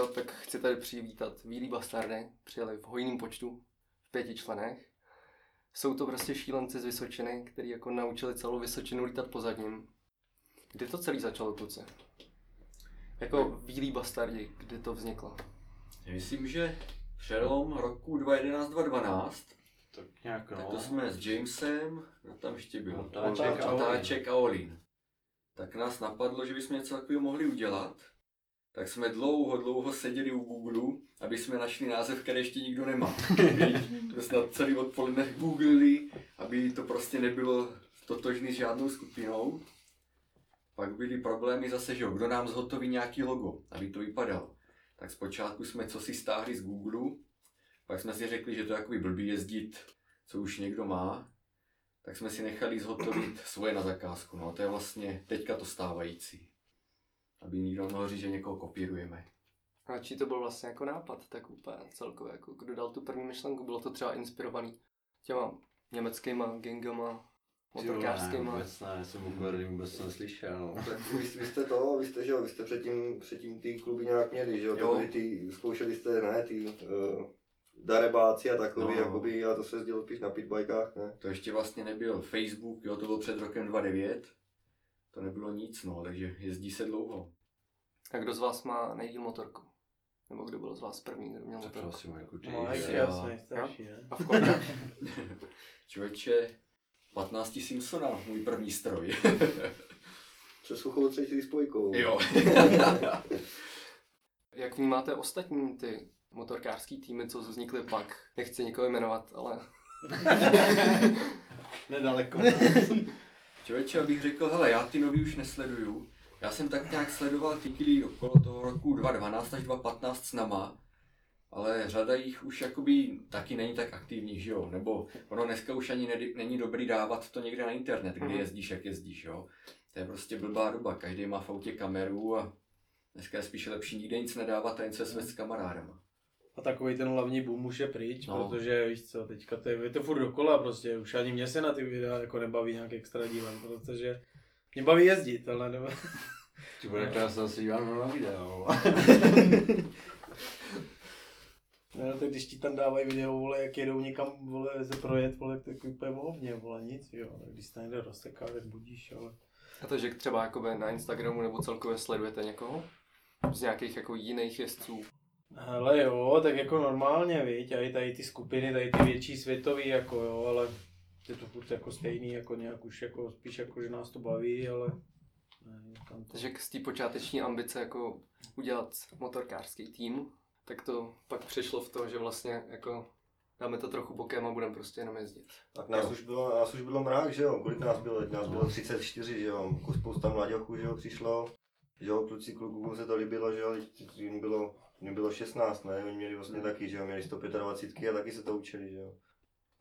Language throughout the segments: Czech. úvod, tak chci tady přivítat Bílý bastardy. Přijeli v hojném počtu, v pěti členech. Jsou to prostě šílenci z Vysočiny, který jako naučili celou Vysočinu lítat po zadním. Kdy to celý začalo, kluci? Jako Bílý bastardi, kdy to vzniklo? Myslím, že přelom roku 2011-2012, Tak nějak tak no. to jsme s Jamesem, no tam ještě byl Otáček Otáček a Olín. Otáček a Olín. Tak nás napadlo, že bychom něco takového mohli udělat. Tak jsme dlouho, dlouho seděli u Google, aby jsme našli název, který ještě nikdo nemá. To snad celý odpoledne googlili, aby to prostě nebylo totožný s žádnou skupinou. Pak byly problémy zase, že jo, kdo nám zhotoví nějaký logo, aby to vypadalo. Tak zpočátku jsme co si stáhli z Google, pak jsme si řekli, že to je jakoby blbý jezdit, co už někdo má, tak jsme si nechali zhotovit svoje na zakázku. No a to je vlastně teďka to stávající. Aby nikdo nemohl říct, že někoho kopírujeme. A čí to byl vlastně jako nápad, tak úplně celkově, jako kdo dal tu první myšlenku, bylo to třeba inspirovaný těma německýma gangama, motorkářskýma. Vůbec ne, jsem o Berlín vůbec neslyšel. no. Tak vy, vy jste to, vy jste, že jo, vy jste předtím, předtím ty kluby nějak měli, že jo, Jo. To byly ty, zkoušeli jste, ne, ty uh, darebáci a takový, No. no. jakoby, a to se jezdilo spíš na pitbajkách, ne? To ještě vlastně nebyl Facebook, jo, to bylo před rokem 2009. To nebylo nic, no, takže jezdí se dlouho. A kdo z vás má nejdíl motorku? Nebo kdo byl z vás první, kdo měl Tak to motorku? asi Majku ty. No, jak jo. je asi nejstarší, ne? A v kolika? Člověče, 15 Simpsona, můj první stroj. Se suchou třetí spojkou. jo. Jak vnímáte ostatní ty motorkářský týmy, co vznikly pak? Nechci nikoho jmenovat, ale Nedaleko. Člověče, abych řekl, hele, já ty nový už nesleduju. Já jsem tak nějak sledoval ty, kdy okolo toho roku 2012 až 2015 s nama, ale řada jich už jakoby taky není tak aktivních, že jo? Nebo ono dneska už ani nedy, není dobrý dávat to někde na internet, kde Mhm. jezdíš, jak jezdíš, jo? To je prostě blbá doba, každý má v autě kameru a dneska je spíš lepší nikde nic nedávat a jen se svést s kamarádama. A takový ten hlavní boom už je pryč, No. no. protože víš co, teďka to je, je to furt dokola prostě, už ani mě se na ty videa jako nebaví nějak extra dílem, protože mě baví jezdit, ale nebo... Ty bude krásná se dívám na video. No, tak když ti tam dávají video, vole, jak jedou někam, vole, se projet, vole, tak úplně vohovně, vole, nic, jo, ale když se tam někde rozteká, tak budíš, ale... a to, že třeba jakoby na Instagramu nebo celkově sledujete někoho? Z nějakých jako jiných jezdců. Hele jo, tak jako normálně, viď, a i tady ty skupiny, tady ty větší světový, jako jo, ale je to furt jako stejný, jako nějak už jako spíš jako, že nás to baví, ale ne, tam to... Takže z té počáteční ambice jako udělat motorkářský tým, tak to pak přešlo v to, že vlastně jako dáme to trochu bokem a budeme prostě jenom jezdit. Tak nás Jo. už, bylo, nás už bylo mrák, že jo, kolik nás bylo, Teď nás bylo 34, že jo, jako spousta mladěchů, že jo, přišlo, že jo, kluci klukům se to líbilo, že jo, teď jim bylo, jim bylo 16, ne, oni měli vlastně Hmm. taky, že jo, měli 125 a taky se to učili, že jo.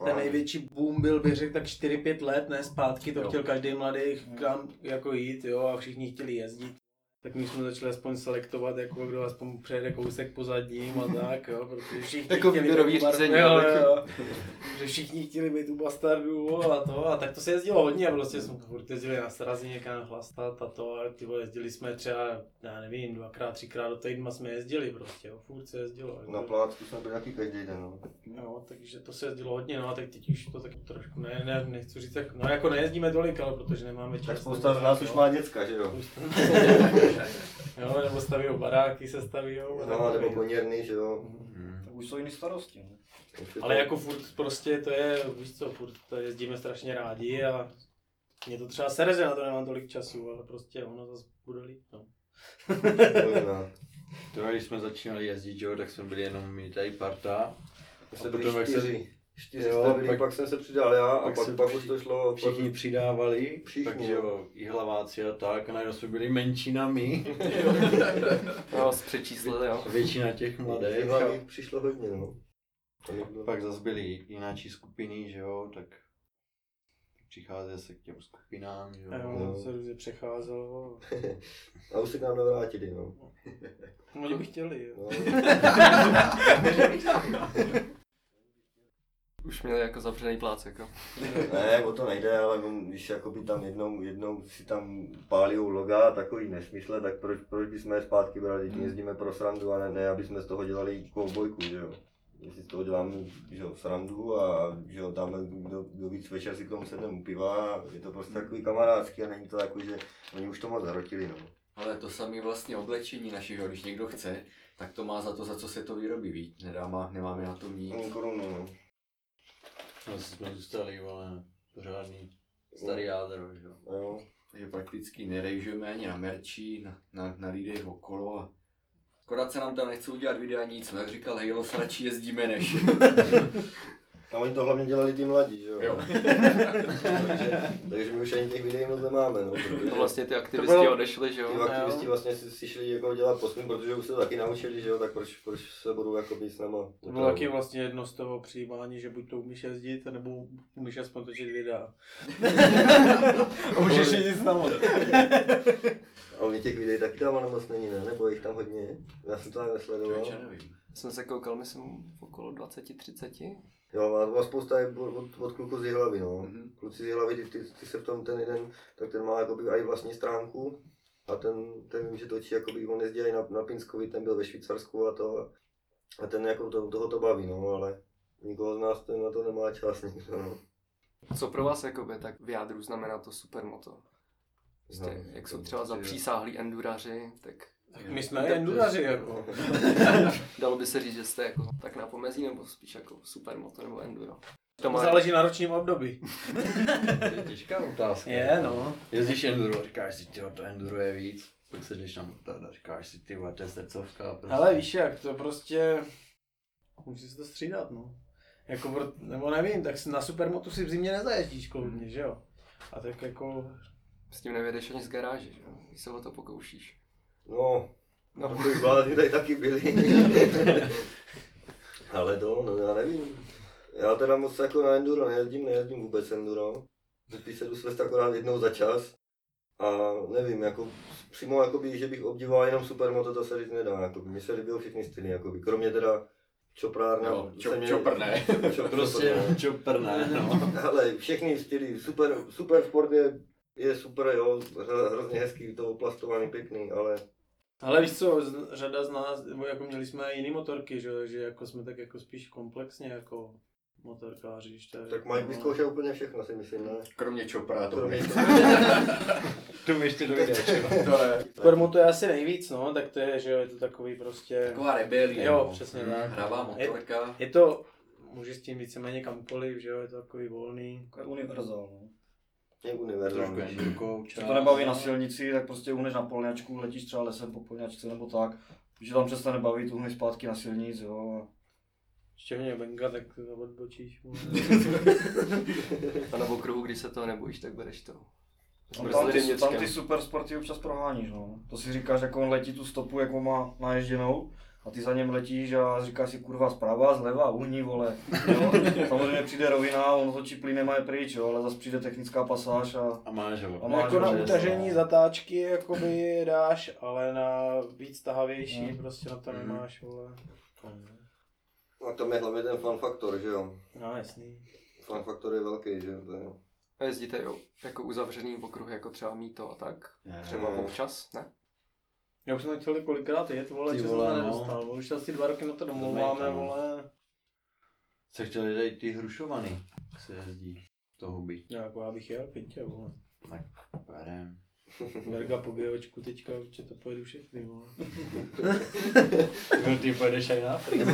Ten A- největší boom byl, bych řekl, tak 4-5 let, ne zpátky, to Jo. jo. chtěl každý mladý kam jako jít, jo, a všichni chtěli jezdit. Tak my jsme začali aspoň selektovat, jako kdo aspoň přejede kousek po zadním a tak, jo, protože všichni Jako chtěli výběrový být u bar- řízení, jo, jako. jo, že všichni chtěli být u bastardů vole, a to, a tak to se jezdilo hodně, prostě jsme furt jezdili na srazy někam chlastat a to, a ty vole, jezdili jsme třeba, já nevím, dvakrát, třikrát do týdna jsme jezdili prostě, jo, furt se jezdilo. jako- Na plácku jsme byli taky každý den, no. No, takže to se jezdilo hodně, no a tak teď už to taky trošku, ne, ne, nechci říct, tak, no jako nejezdíme tolik, ale protože nemáme čas. Tak spousta z nás jo. už má děcka, že jo. Spousta- jo, nebo staví baráky, se staví, jo. No, nebo poněrný, že jo. Mhm. Už jsou jiné starosti. Ne? Už je Ale to- jako furt prostě to je, víš co, furt to jezdíme strašně rádi a mě to třeba sere, že na to nemám tolik času, ale prostě ono zase bude líp, no. no. To když jsme začínali jezdit, že jo, tak jsme byli jenom my tady parta. To A se byli potom, jak se- čtyři. Čtyři Jo, jste byli, pak- pak, jsem se přidal já a pak pak, se pak, pak už všichni- to šlo. Všichni přidávali, Všichni, takže jo, i hlaváci a tak, a najednou jsme byli menší na my. Já vás přečíslili, jo. Většina těch Mladé. mladých. A přišlo hodně, no. To mi bylo- Pak zase byly jináčí skupiny, že jo, tak přichází se k těm skupinám, že A jo. jo, ono se různě přecházelo. A už se k nám navrátili, no. Oni by chtěli, jo. no. už měli jako zavřený plác, jako. Ne, o to nejde, ale on, když jakoby tam jednou, jednou si tam pálí loga a takový nesmysle, tak proč, proč bychom je zpátky brali, když jezdíme pro srandu a ne, ne aby jsme z toho dělali koubojku, že jo. Jestli z toho děláme že jo, srandu a že jo, dáme do, do víc večer si k tomu sedneme u piva a je to prostě takový kamarádský a není to jako, že oni už to moc hrotili, no. Ale to samé vlastně oblečení naše, že jo, když někdo chce, tak to má za to, za co se to vyrobí, víš? Nedáma, nemáme na tom nic. Ani korunu, no. No, jsme zůstali, vole, pořádný. Starý jádro, že jo. A Jo. Takže prakticky nerejžujeme ani na merči, na, na, na lidech okolo. A akorát se nám tam nechce udělat videa nic, no jak říkal Halo, radši jezdíme než. A oni to hlavně dělali ty mladí, že jo. Jo. takže, takže my už ani těch videí moc nemáme, no. protože- No vlastně ty aktivisti bylo- odešli, že Ty jo. aktivisti vlastně si, si šli jako dělat posun, protože už se to taky naučili, že jo, tak proč, proč se budou jako být s náma. To bylo taky vlastně jedno z toho přijímání, že buď to umíš jezdit, nebo umíš aspoň točit videa. A můžeš jezdit s námi. A oni těch videí taky tam ale moc není, ne? Nebo jich tam hodně? Já jsem to ani nesledoval. Člověče, nevím. Jsem se koukal, myslím, okolo 20-30. Jo, a má spousta je od, od, od kluku z Jihlavy, no. Mhm. Kluci z Jihlavy, ty, ty, ty, se v tom ten jeden, tak ten má jakoby i vlastní stránku. A ten, ten vím, že točí, jakoby on jezdí i na, na Pinskovi, ten byl ve Švýcarsku a to. A ten jako to, toho to baví, no, ale nikoho z nás ten na to nemá čas nikdo, no. Co pro vás jakoby, tak v jádru znamená to supermoto? Prostě, No, jak to jsou třeba určitě. zapřísáhlí enduraři, tak My jsme enduraři jako. dalo by se říct, že jste jako tak na pomezí, nebo spíš jako supermoto nebo enduro. To No, To má, záleží na ročním období. To je těžká otázka. Je, no. Jezdíš enduro, říkáš si, tyjo, to enduro je víc. Pak se jdeš na motard a říkáš si, tyjo, to je srdcovka. Prostě. Ale víš jak, to prostě... Musí se to střídat, no. Jako, pro- nebo nevím, tak na supermotu si v zimě nezajezdíš koludně, že jo? A tak jako... s tím nevědeš ani z garáže, že? jo? když se o to pokoušíš. No, No. no. Takový blázni tady taky byli. Ale to, no já nevím. Já teda moc jako na enduro nejezdím, nejezdím vůbec enduro. Spíš se jdu svést akorát jednou za čas. A nevím, jako přímo, jakoby, že bych obdivoval jenom supermoto, to se říct nedá. Jakoby. Mně se líbilo všechny styly, jakoby. kromě teda čoprárna. Jo, se čo, mě- čoprné. čop- čop- Prostě čoprné. čoprné, no. Ale všechny styly, super, super sport je, je super, jo, hro- hrozně hezký, to oplastovaný, pěkný, ale Ale víš co, z- řada z nás, nebo jako měli jsme jiný motorky, že jo, že jako jsme tak jako spíš komplexně jako motorkáři, když to je- Tak No. Mike vyzkoušel úplně všechno, si myslím, ne? Kromě čoprá to Kromě umí. To mi ještě dojde, To je Supermoto je asi nejvíc, no, tak to je, že jo, je to takový prostě... taková rebelie. Jo, no. přesně Hm, tak. Hravá motorka. Je to, můžeš s tím víceméně kamkoliv, že jo, je to takový volný. Jako univerzál. No. Je Trošku univerzální. endurko, Když to nebaví na silnici, tak prostě uhneš na polňačku, letíš třeba lesem po polňačce nebo tak. Když tě tam přestane bavit, uhneš zpátky na silnic, jo. Ještě mě benga, tak to odbočíš. vole. A na okruhu, když se toho nebojíš, tak bereš to. Tam, Brzdili No, tam, ty, tam měčkem. ty super sporty občas proháníš, no. To si říkáš, jak on letí tu stopu, jak on má naježděnou. A ty za něm letíš a říkáš si kurva zprava, zleva, uhní vole. Jo? Samozřejmě přijde rovina, on točí plynem a je pryč, jo, ale zase přijde technická pasáž a A máš ho. A No, máš jako na možnost, utažení no. zatáčky jakoby dáš, ale na víc tahavější No. prostě na to Mhm. nemáš, vole. A tam je hlavně ten fun faktor, že jo? No jasný. Fun faktor je velký, že jo? to je- A jezdíte jo, jako uzavřený okruh, jako třeba mýto a tak. Třeba Ne. občas, ne? Já už jsem to chtěl kolikrát jet, vole, Ty že jsem vole, to no. nedostal, vole. už asi dva roky na to Dobrý, domluváme, no. vole. Se chtěli dát ty hrušovaný, jak se jezdí. To hubí. Já, jako já bych jel, pětě, vole. Perem. Berga po běhočku teďka, že to pojedu všechny, vole. Ty pojedeš aj na Afriku.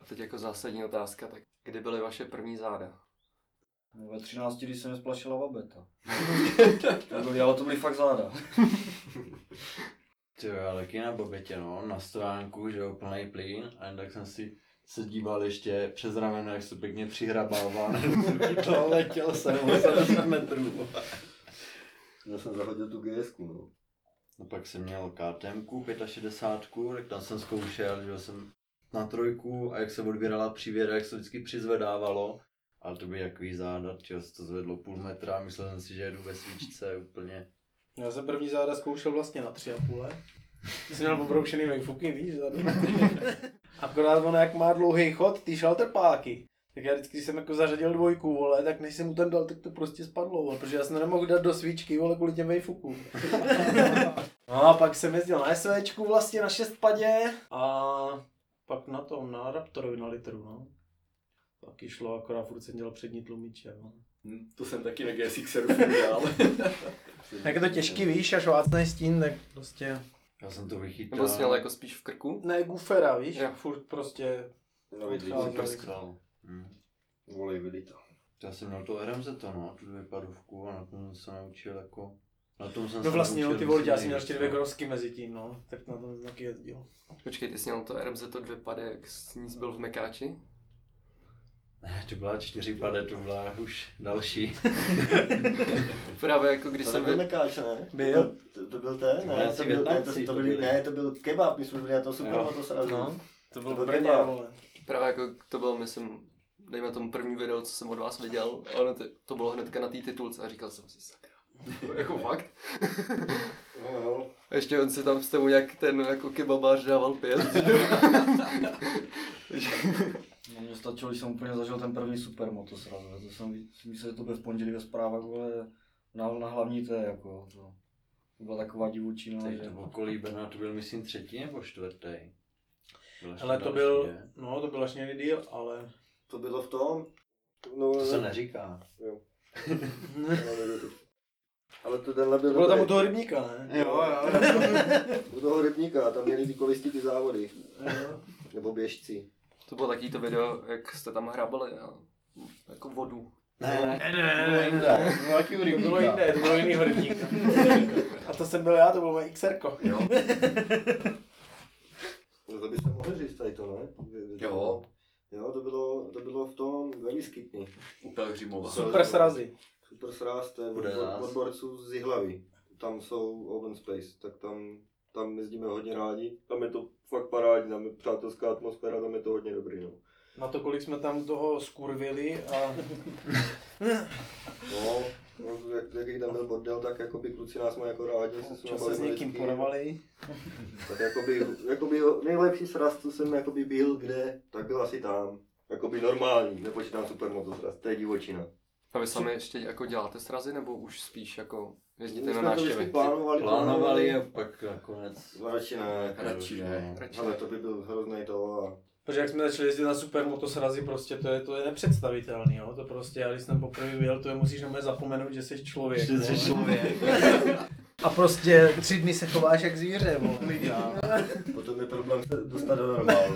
A teď jako zásadní otázka, tak kdy byly vaše první záda? ve 13, když se mi splašila babeta. to byly, ale to byly fakt záda. Ty jo, ale taky na bobetě, no, na stránku, že jo, plný plyn, a jen tak jsem si se díval ještě přes rameno, jak se pěkně přihrabává, to letěl jsem 80 metrů. Já jsem zahodil tu gs no. No pak jsem měl KTMku 65, tak tam jsem zkoušel, že jsem na trojku a jak se odbírala přívěra, jak se vždycky přizvedávalo. Ale to by jaký záda, že se to zvedlo půl metra, myslel jsem si, že jedu ve svíčce úplně. Já jsem první záda zkoušel vlastně na tři a půl let. Jsi měl pobroušený vejfuky, víš, záda. Akorát ona jak má dlouhý chod, ty šaltrpáky. Tak já vždycky, když jsem jako zařadil dvojku, vole, tak než jsem mu ten dal, tak to prostě spadlo, vole, protože já jsem to nemohl dát do svíčky, vole, kvůli těm vejfukům. no a pak jsem jezdil na SVčku vlastně na šestpadě a pak na tom, na Raptorovi na litru, no. Taky šlo, akorát furt jsem dělal přední tlumiče, no. Hm, To jsem taky na GSXeru furt dělal. Jak je to těžký, víš, až vácnej stín, tak prostě... Já jsem to vychytal. Nebo jsi měl jako spíš v krku? Ne, gufera, víš, Jo. furt prostě... No, Vychází. vidíš, prskal. Hm. volej, vidí to. Já jsem měl to RMZ to, no, tu dvojpadovku a na tom jsem se naučil jako... Na tom jsem No se vlastně, no, naučil ty vole, já myslím jsem měl nejvíc, ještě dvě grovsky mezi tím, no, tak na tom jsem taky jezdil. Počkej, ty jsi měl to RMZ to dvě pade, jak jsi nic byl v Mekáči? Ne, to byla čtyři pade, to byla už další. Právě jako když To jsem... nebyl byl- Mekáč, ne? Byl. To, byl- to byl ten, To byli ne? asi To byl, ne, Větnamci, to, to to byl, byli. ne, to byl kebab, my jsme byli na to super, Jo. to se no. To To byl byl Brně, kebab. vole. Právě jako to byl, myslím, dejme tomu první video, co jsem od vás viděl, a ono to, to bylo hnedka na té titulce a říkal jsem si, sakra, jako fakt. No, jo. A ještě on si tam s tebou nějak ten jako kebabář dával pět. No mě stačilo, když jsem úplně zažil ten první supermoto srazu, to jsem ví- si myslel, že to bude v pondělí ve zprávách, vole, na, na hlavní té, jako, jo, to, to byla taková No, divočina, Teď že... to byl kolíbená, to byl myslím třetí nebo čtvrtý. Byl ještě Ale to další, byl, ne? no to byl až někdy díl, ale... To bylo v tom, no, To se ne, neříká. no, ne, to- ale to tenhle byl To bylo tam u dobrý. toho rybníka, ne? Jo, jo. u toho rybníka, tam měli ty kolisti ty závody, Jo. nebo běžci. To bylo takový to video, jak jste tam hrabali a jako vodu. Ne, ne, Ne, ne, to ne, jinde. ne. To bylo jakým To bylo rybníka. jiné, to bylo jinýho rybníka. A to jsem byl já, to bylo moje XRko. Jo. No, to by se mohli říct tady to, ne? Jo. Jo, to bylo, to bylo v tom ve Vyskytni. U Pelhřimova. Super srazy. Super sraz, ten Bude odbor, nás. odborců z Jihlavy. Tam jsou open space, tak tam, tam jezdíme hodně rádi. Tam je to fakt parádní, tam je přátelská atmosféra, tam je to hodně dobrý. No, Na to, kolik jsme tam toho skurvili a no no, jak, jaký tam byl bordel, tak jakoby kluci nás mají jako rádi. se s nimi No, občas se bavíme s někým vždycky. porovali. Tak jakoby, jakoby nejlepší sraz, co jsem jakoby byl kde, tak byl asi tam. Jakoby normální, nepočítám supermoto sraz, to je divočina. A vy sami ještě jako děláte srazy, nebo už spíš jako My jezdíte na jsme to vždycky návštěvy? plánovali. Plánovali a pak nakonec... Radši ne. Radši ne. Radši Ale ne. to by byl hrozný to a Protože jak jsme začali jezdit na super motosrazy, prostě to je, to je nepředstavitelný, jo. To prostě, já když jsem poprvé vyjel, to je musíš na zapomenout, že jsi člověk. Ještě vole. jsi člověk. A prostě tři dny se chováš jak zvíře, vole. potom je problém se dostat do normálu.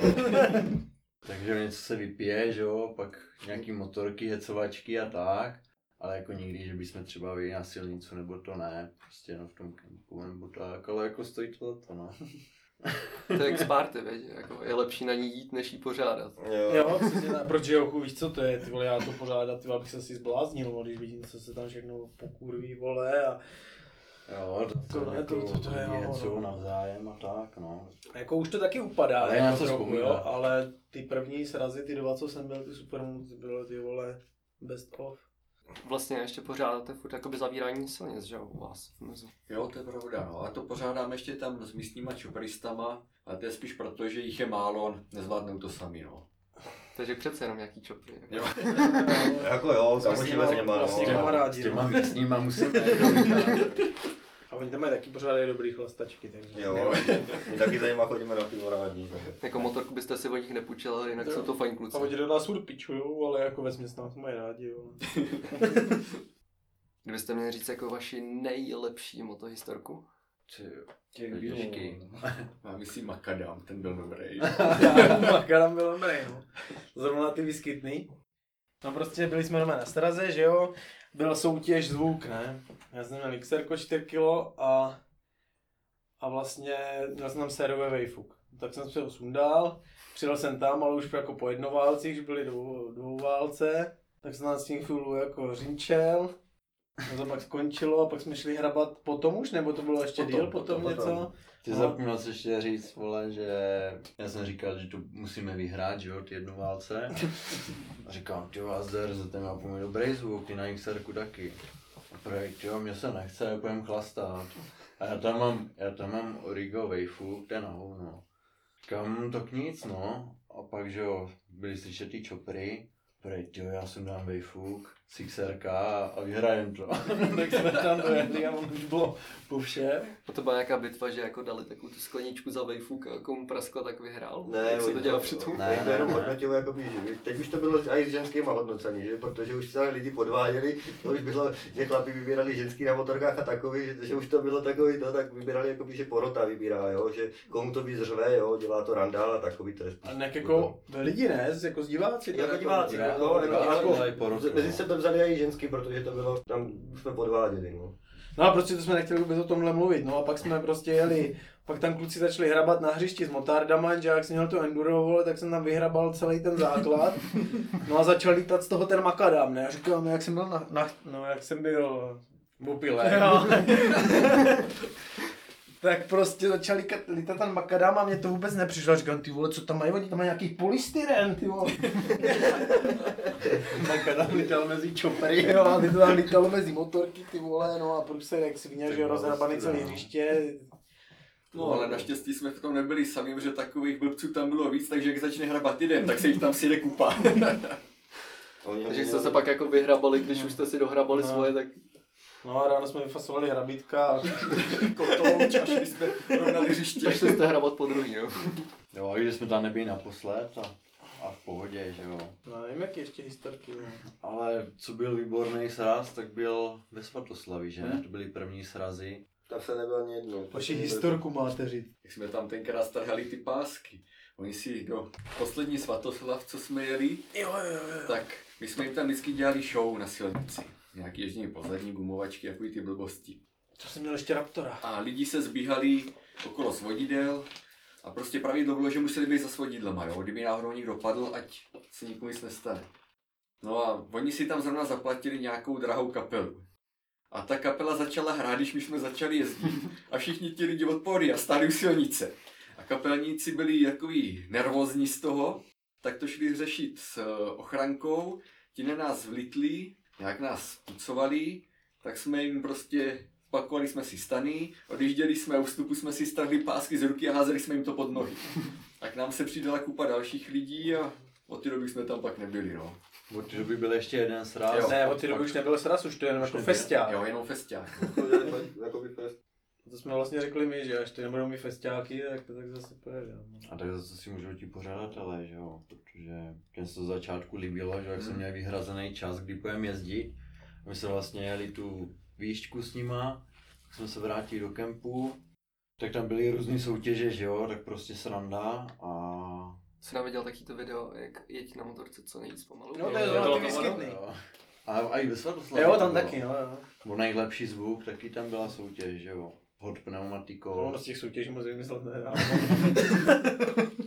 Takže něco se vypije, že jo, pak nějaký motorky, hecovačky a tak. Ale jako nikdy, že bychom třeba vyjeli na silnicu, nebo to ne, prostě jenom v tom kempu, nebo tak, ale jako stojí to za to, no. To je jak z party, věď? Jako je lepší na ní jít, než jí pořádat. Jo. Jo, přesně tak. proč Jochu, víš co to je, ty vole, já to pořádat, ty vole, abych se si zbláznil, vole, když vidím, co se tam všechno pokurví, vole, a Jo, jako To ne, to- to- to Jako, je lidi ono, hecou no. navzájem a tak, no. jako už to taky upadá, Ale jako na co trochu, vzpomínat. jo, ale ty první srazy, ty dva, co jsem byl, ty super, ty bylo ty vole, best of. Vlastně ještě pořádáte furt jakoby zavírání silnic, že jo, u vás. Mezi. Jo, to je pravda, no. A to pořádáme ještě tam s místníma čopristama, ale to je spíš proto, že jich je málo a nezvládnou to sami, no. Takže přece jenom nějaký čopry. Jako. Jo. Jako jo, Vlastně, zamočíme s něma. vlastně no. kamarádi, S no. těma místníma musím A oni tam mají taky pořádají dobrý chlastačky, takže. no. Jo, my taky za nima chodíme na pivo rádi. jako motorku byste si od nich nepůjčil, ale jinak Jo. jsou to fajn kluci. A oni do nás furt pičujou, ale jako ve směs nás mají rádi, jo. Kdybyste měli říct jako vaši nejlepší motohistorku. Těch To je bylo, těžký. vole. Já myslím Makadam, ten byl dobrý. Makaram byl dobrý, no. Zrovna ty vyskytný. No prostě byli jsme doma na straze, že jo? Byl soutěž zvuk, ne? Já jsem měl XR 4 kg a, a vlastně měl jsem tam sérové wayfuk. Tak jsem se ho sundal, přijel jsem tam, ale už jako po jednoválcích, už byly dvou, dvouválce, tak jsem tam s tím chvíli jako řinčel. No to pak skončilo a pak jsme šli hrabat potom už, nebo to bylo ještě Potom, díl potom, potom, potom něco? potom. Ty No. zapomněl jsi ještě říct, vole, že já jsem říkal, že to musíme vyhrát, že jo, ty jednu válce. A říkám, ty vás derze, ten má poměrně dobrý zvuk, ty na XR taky. A první, jo, mě se nechce, já půjdem chlastat. A já tam mám, já tam mám Origo Waifu, ten na hovno. Říkám, "Hm, tak nic, no. A pak, že jo, byly slyšet ty čopry. Prej, tyjo, já jsem dám vejfuk, sixerka a vyhrajem to. tak jsme tam dojeli a on už bylo po všem. A No to byla nějaká bitva, že jako dali takovou tu skleničku za vejfuk a komu praskla, tak vyhrál. Ne, jak se oni to to- dělá přitom? Ne, Ne, to ne, jenom ne. hodnotilo jako blíže. Teď už to bylo i s ženskýma hodnocení, že? protože už se lidi podváděli, to už bylo, že chlapi vybírali ženský na motorkách a takový, že, že už to bylo takový to, tak vybírali jako že porota vybírá, jo? že komu to víc řve, jo? dělá to randál a takový to je. A nějak jako lidi ne, z- jako z diváci. to Jako jako- diváci, já- no, jako, já- jako, já- porotu, mezi no. sebe vzali i ženský, protože to bylo, tam jsme podváděli. No. No a prostě to jsme nechtěli vůbec o tomhle mluvit, no a pak jsme prostě jeli, pak tam kluci začali hrabat na hřišti s motardama, že jak jsem měl to enduro, vole, tak jsem tam vyhrabal celý ten základ, no a začal lítat z toho ten makadam, ne, a říkám, jak jsem byl na, na no jak jsem byl bupile, tak prostě začal líkat, lítat ten makadam a mě to vůbec nepřišlo, říkám, ty vole, co tam mají, oni tam mají nějaký polystyren, ty vole. Makadam lítal mezi čopery. Jo, a ty to tam lítalo mezi motorky, ty vole, no a průser jak svině, že jo, rozhrabaný celý hřiště. No, ale naštěstí jsme v tom nebyli sami, protože takových blbců tam bylo víc, takže jak začne hrabat jeden, tak se jich tam sjede kupa. Oni Takže jste se pak jako vyhrabali, když už jste si dohrabali No. svoje, tak No a ráno jsme vyfasovali hrabitka a Kotouč, až my jsme rovnali hřiště. začali jste hrabat po druhý, no. jo. Jo, i když jsme tam nebyli naposled a, a v pohodě, že jo. no, nevím, jaký ještě historky. no. Ale co byl výborný sraz, tak byl ve Svatoslavi, že Mhm. ne? To byly první srazy. Tam se nebyl ani jednou. Vaši historku máte říct. Jak jsme tam tenkrát strhali ty pásky. Oni si do poslední svatoslav, co jsme jeli, Jo, jo, jo. tak my jsme jim tam vždycky dělali show na silnici. Nějaký ježdění po zadní gumovačky, jakový ty blbosti. To jsem měl ještě raptora. A lidi se zbíhali okolo svodidel a prostě pravidlo bylo, že museli být za svodidlama, jo? Kdyby náhodou někdo padl, ať se nikomu nic nestane. No a oni si tam zrovna zaplatili nějakou drahou kapelu. A ta kapela začala hrát, když my jsme začali jezdit. A všichni ti lidi odpory a stáli u silnice. A kapelníci byli takový nervózní z toho, tak to šli řešit s eh, ochrankou. Ti na nás vlitli, nějak nás pucovali, tak jsme jim prostě spakovali jsme si stany, odjížděli jsme a u vstupu jsme si strhli pásky z ruky a házeli jsme jim to pod nohy. Tak nám se přidala kupa dalších lidí a od té doby jsme tam pak nebyli, no. Od té doby byl ještě jeden sraz. Jo. Ne, od té doby už nebyl sraz, už to je jenom jako festiák. Jo, jenom festiák. no, Jakoby fest. To jsme vlastně řekli my, že až ty nebudou mít festiáky, tak to tak zase pojede. no. A tak zase si můžou ti pořadatelé, že jo, protože těm se to začátku líbilo, že jak Mhm. jsem měl vyhrazený čas, kdy půjdeme jezdit. My jsme vlastně jeli tu výšku s nima, tak jsme se vrátili do kempu, tak tam byly různé soutěže, že jo, tak prostě sranda a... Jsi nám viděl taky to video, jak jeď na motorce co nejvíc pomalu. No, to je Jo, zrovna jo, ty jo. výskytný. Jo. A, a i ve Svatoslavě. Jo, to tam bylo. taky, no, jo, jo. O nejlepší zvuk, taky tam byla soutěž, že jo. Hod pneumatikou. Ono z těch soutěží moc vymyslet nedá.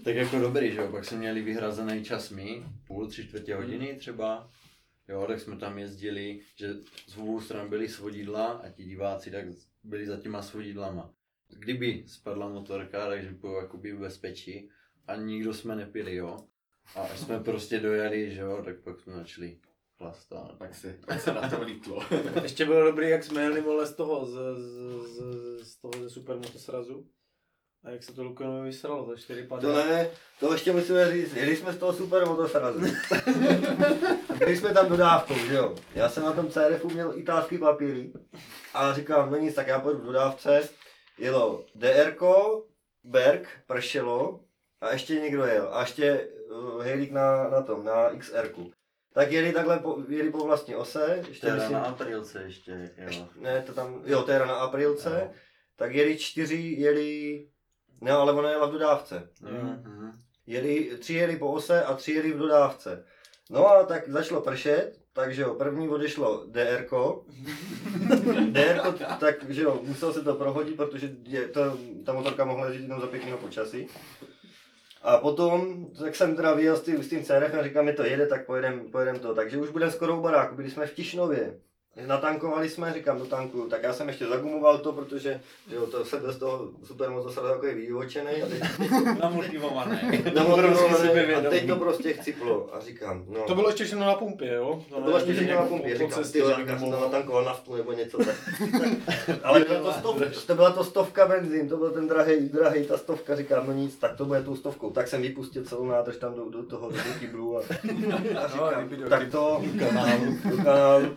Tak jako dobrý, že jo, pak jsme měli vyhrazený čas my, půl, tři čtvrtě hodiny třeba. Jo, tak jsme tam jezdili, že z obou stran byly svodidla a ti diváci tak byli za těma svodidlama. Kdyby spadla motorka, takže bylo jakoby v bezpečí a nikdo jsme nepili, jo. A až jsme prostě dojeli, že jo, tak pak jsme začali chlastá. Pak se, pak se na to lítlo. Ještě bylo dobrý, jak jsme jeli vole z toho, z, z, z, z toho ze supermotosrazu. A jak se to Lukanovi vysralo za čtyři pady. To ne, to ještě musíme říct, jeli jsme z toho super motosrazu. Byli jsme tam dodávkou, že jo. Já jsem na tom CRFu měl italský papíry a říkám, no nic, tak já půjdu v dodávce. Jelo DRko, Berg, pršelo a ještě někdo jel. A ještě uh, Hejlík na, na tom, na XRku. Tak jeli takhle, po, jeli po vlastní ose, ještě Teda myslím, na aprilce ještě, jo. ne, to tam, jo, to je na aprilce, Jo. tak jeli čtyři, jeli, ne, ale ona jela v dodávce. Mhm. Jeli, tři jeli po ose a tři jeli v dodávce. No a tak začalo pršet, takže jo, první odešlo DRko. DRko, tak že jo, musel se to prohodit, protože je, to, ta motorka mohla jezdit jenom za pěkného počasí. A potom, tak jsem teda vyjel s tím, s tím CRF a říkám, mi to jede, tak pojedem, pojedem to. Takže už budeme skoro u baráku, byli jsme v Tišnově. Natankovali jsme, říkám, do tanku, tak já jsem ještě zagumoval to, protože jo, to se bez toho super moc zase takový vývočený a teď, Namotivovaný. a teď to prostě chciplo a říkám, no. To bylo ještě všechno na pumpě, jo? To bylo ještě všechno na pumpě, říkám, ty vole, já jsem tam natankoval naftu nebo něco tak. Ale byla to, stov, to byla to stovka benzín, to byl ten drahý, drahý, ta stovka, říkám, no nic, tak to bude tou stovkou. Tak jsem vypustil celou nádrž tam do, do toho, do toho kyblu a, a No, říkám, tak to, No, do kanálu, do kanálu.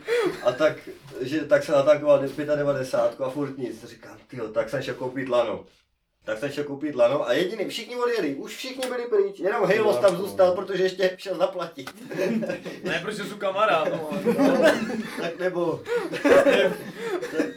A tak, že, tak se natankoval 95 a furt nic, říkám, tyjo, tak jsem šel koupit lano. Tak jsem šel koupit lano a jediný, všichni odjeli, už všichni byli pryč, jenom Hejlos tam zůstal, protože ještě šel zaplatit. Ne, protože jsou kamarád, no. tak nebo, tak,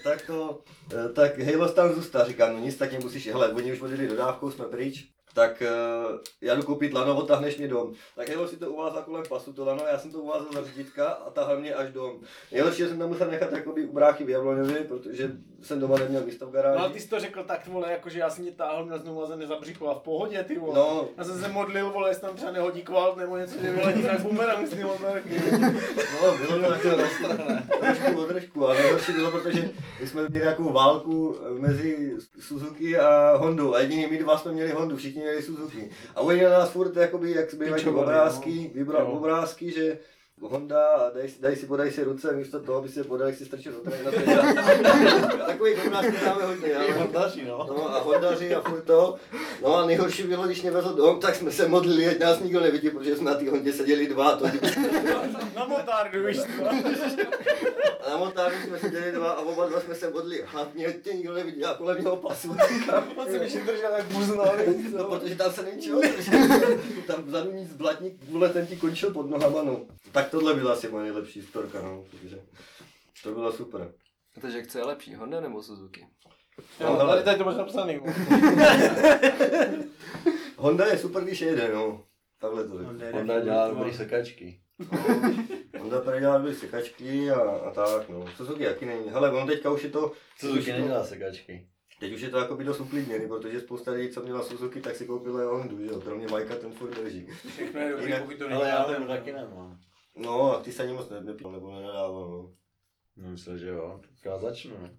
tak to, eh, tak Halo tam zůstá, říká, no nic, tak mě musíš, hele, oni už odjeli dodávkou, jsme pryč, tak uh, já jdu koupit lano, otáhneš mě dom. Tak Halo si to uvázal kolem pasu, to lano, já jsem to uvázal za řídítka a tahal mě až dom. Nejlepší že jsem tam musel nechat jakoby u bráchy v Jabloněvi, protože jsem doma neměl místo v No ale garáži. ty jsi to řekl tak, vole, jako že já jsem tě táhl, měl znovu a jsem zabřichu a v pohodě, ty vole. No. Já jsem se modlil, vole, jestli tam třeba nehodí kvalt nebo něco, že vyletí na bumerang s ním taky. No, bylo to takové roztrhné. Trošku o trošku, ale nejhorší bylo, protože my jsme měli nějakou válku eh, mezi Suzuki a Hondu. A jedině my dva jsme měli Hondu, všichni měli Suzuki. A oni na nás furt, jakoby, jak zbývají ty Pičovali, obrázky, no. vybral Jo. obrázky, že Honda a daj, si- daj si, podaj si ruce, místo toho, aby si je podal, jak si strčil do trénu. Takový obrázky máme hodně, ale... Daří, no. No a hondaři a furt to. No a nejhorší bylo, když mě vezl dom, tak jsme se modlili, ať nás nikdo nevidí, protože jsme na té hondě seděli dva. To, Na motárdu, víš co? A na montáži jsme seděli dva a oba dva jsme se bodli. Hlavně tě nikdo nevidí, já kolem něho pasu. On se mi ještě držel jak buzna, No, protože tam se nenčil, tam vzadu nic blatník, vůle ten ti končil pod nohama, no. Tak tohle byla asi moje nejlepší storka, no, takže to bylo super. Protože chce lepší, Honda nebo Suzuki? No, Jo, tady, tady to máš napsaný. vole. Honda je super, když jede, no. Takhle to je. Honda dělá dobrý sekačky. Honda tady dělá dvě sekačky a, a tak, no. Suzuki jaký není. Hele, on teďka už je to, Suzuki nedělá sekačky. teď už je to jakoby dost uklidněný, protože spousta lidí, co měla Suzuki, tak si koupila i Hondu, že jo. Kromě Majka ten furt drží. Všechno je dobrý, Jinak- pokud to není. Ale já náhodou. Honda taky nemám. No, a ty se ani moc ne- nepil, nebo nedával, no. No, myslel, že jo. Tak já začnu, no.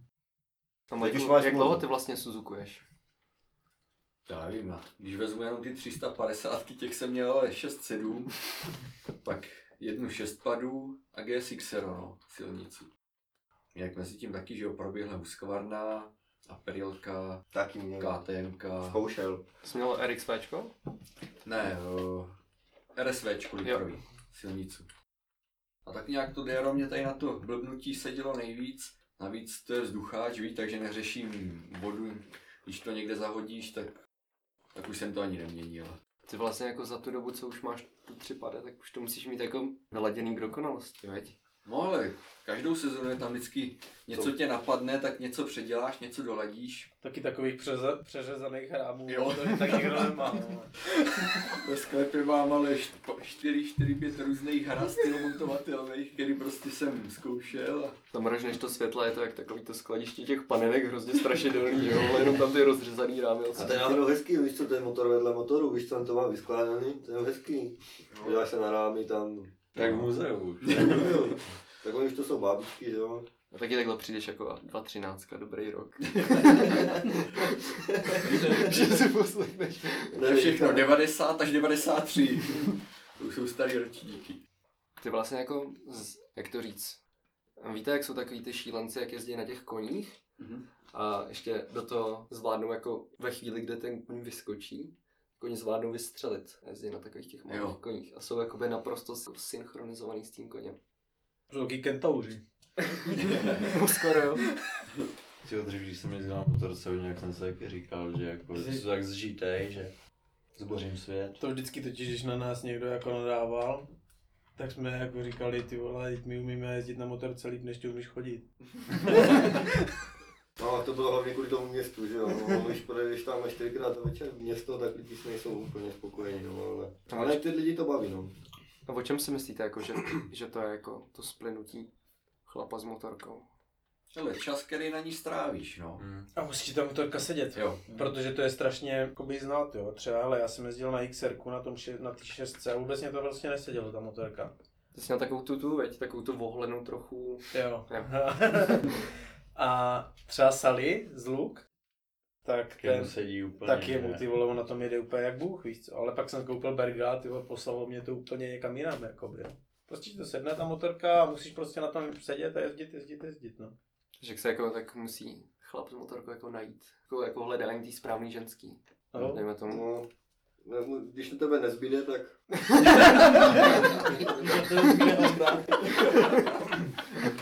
A Teď už Majku, máš jak smůlu. dlouho ty vlastně Suzukuješ? Já nevím, já. když vezmu jenom ty 350, těch jsem měl ale 6-7, pak jednu 6 padů a G6 no, silnici. Jak mezi tím taky, že jo, proběhla Husqvarna, Aprilka, Taky měl. KTMK, Zkoušel. Jsi měl RXPčko? ne, eh, jo, RSVčku litrový, silnicu. A tak nějak to DRO mě tady na to blbnutí sedělo nejvíc, navíc to je vzducháč, ví, takže neřeším vodu, když to někde zahodíš, tak, tak už jsem to ani neměnil. Ty vlastně jako za tu dobu, co už máš tu tři pade, tak už to musíš mít jako vyladěný k dokonalosti, veď? No ale každou sezónu je tam vždycky něco tě napadne, tak něco předěláš, něco doladíš. Taky takových přeze- přeřezaných hrámů, Jo. to tak nikdo nemá. vole. Ve sklepě mám ale 4-4-5 různých hra montovatelných, který prostě jsem zkoušel. A... Tam rožneš to světla, je to jak takový to skladiště těch panelek hrozně strašidelný, jo, ale jenom tam ty rozřezaný rámy. A to je náhodou hezký, víš co, ten motor vedle motoru, víš co, on to má vyskládaný, to je hezký. Podíváš se na rámy tam. Jak v muzeu. tak oni už to jsou bábičky, že jo. A taky takhle přijdeš jako 2.13, dobrý rok. že si poslechneš. To je všechno 90 až 93. to už jsou starý ročníky. Ty vlastně jako, z, jak to říct, víte, jak jsou takový ty šílenci, jak jezdí na těch koních? Mhm. A ještě do toho zvládnou jako ve chvíli, kde ten koň vyskočí, koně zvládnou vystřelit. Jezdí na takových těch malých Jo. koních a jsou jakoby naprosto s- synchronizovaný s tím koněm. Jsou taky kentauři. Skoro jo. Ty jo, dřív, když jsem jezdil na motorce, nějak jsem se taky říkal, že jako, že jsou tak zžitej, že zbořím svět. To vždycky totiž, když na nás někdo jako nadával, tak jsme jako říkali, ty vole, teď my umíme jezdit na motorce líp, než ty umíš chodit. No a to bylo hlavně kvůli tomu městu, že jo. No, když projedeš tam až čtyřikrát večer město, tak lidi si nejsou úplně spokojení, no, ale. Ale ty lidi to baví, no. A o čem si myslíte, jako, že, že to je jako to splynutí chlapa s motorkou? Ale čas, který na ní strávíš, no. Mm. A musí ti ta motorka sedět. Jo. Protože to je strašně jakoby znát, jo. Třeba, ale já jsem jezdil na xr na, tom, še- na té šestce a vůbec mě to vlastně nesedělo, prostě ta motorka. Ty jsi měl takovou tu, tu veď, takovou tu vohlenou trochu. Jo. Jo. a třeba Sally z Luk, tak Ten, ten, mu sedí úplně. tak je mu ne? ty vole, on na tom jede úplně jak Bůh, víš co. Ale pak jsem koupil Berga, ty vole, poslalo mě to úplně někam jinam, jako by. Prostě ti to sedne ta motorka a musíš prostě na tom sedět a jezdit, jezdit, jezdit, no. Takže se jako tak musí chlap s motorkou jako najít. Jako, jako hledání tý správný ženský. no. Dejme tomu. No, ne- když to tebe nezbyde, tak...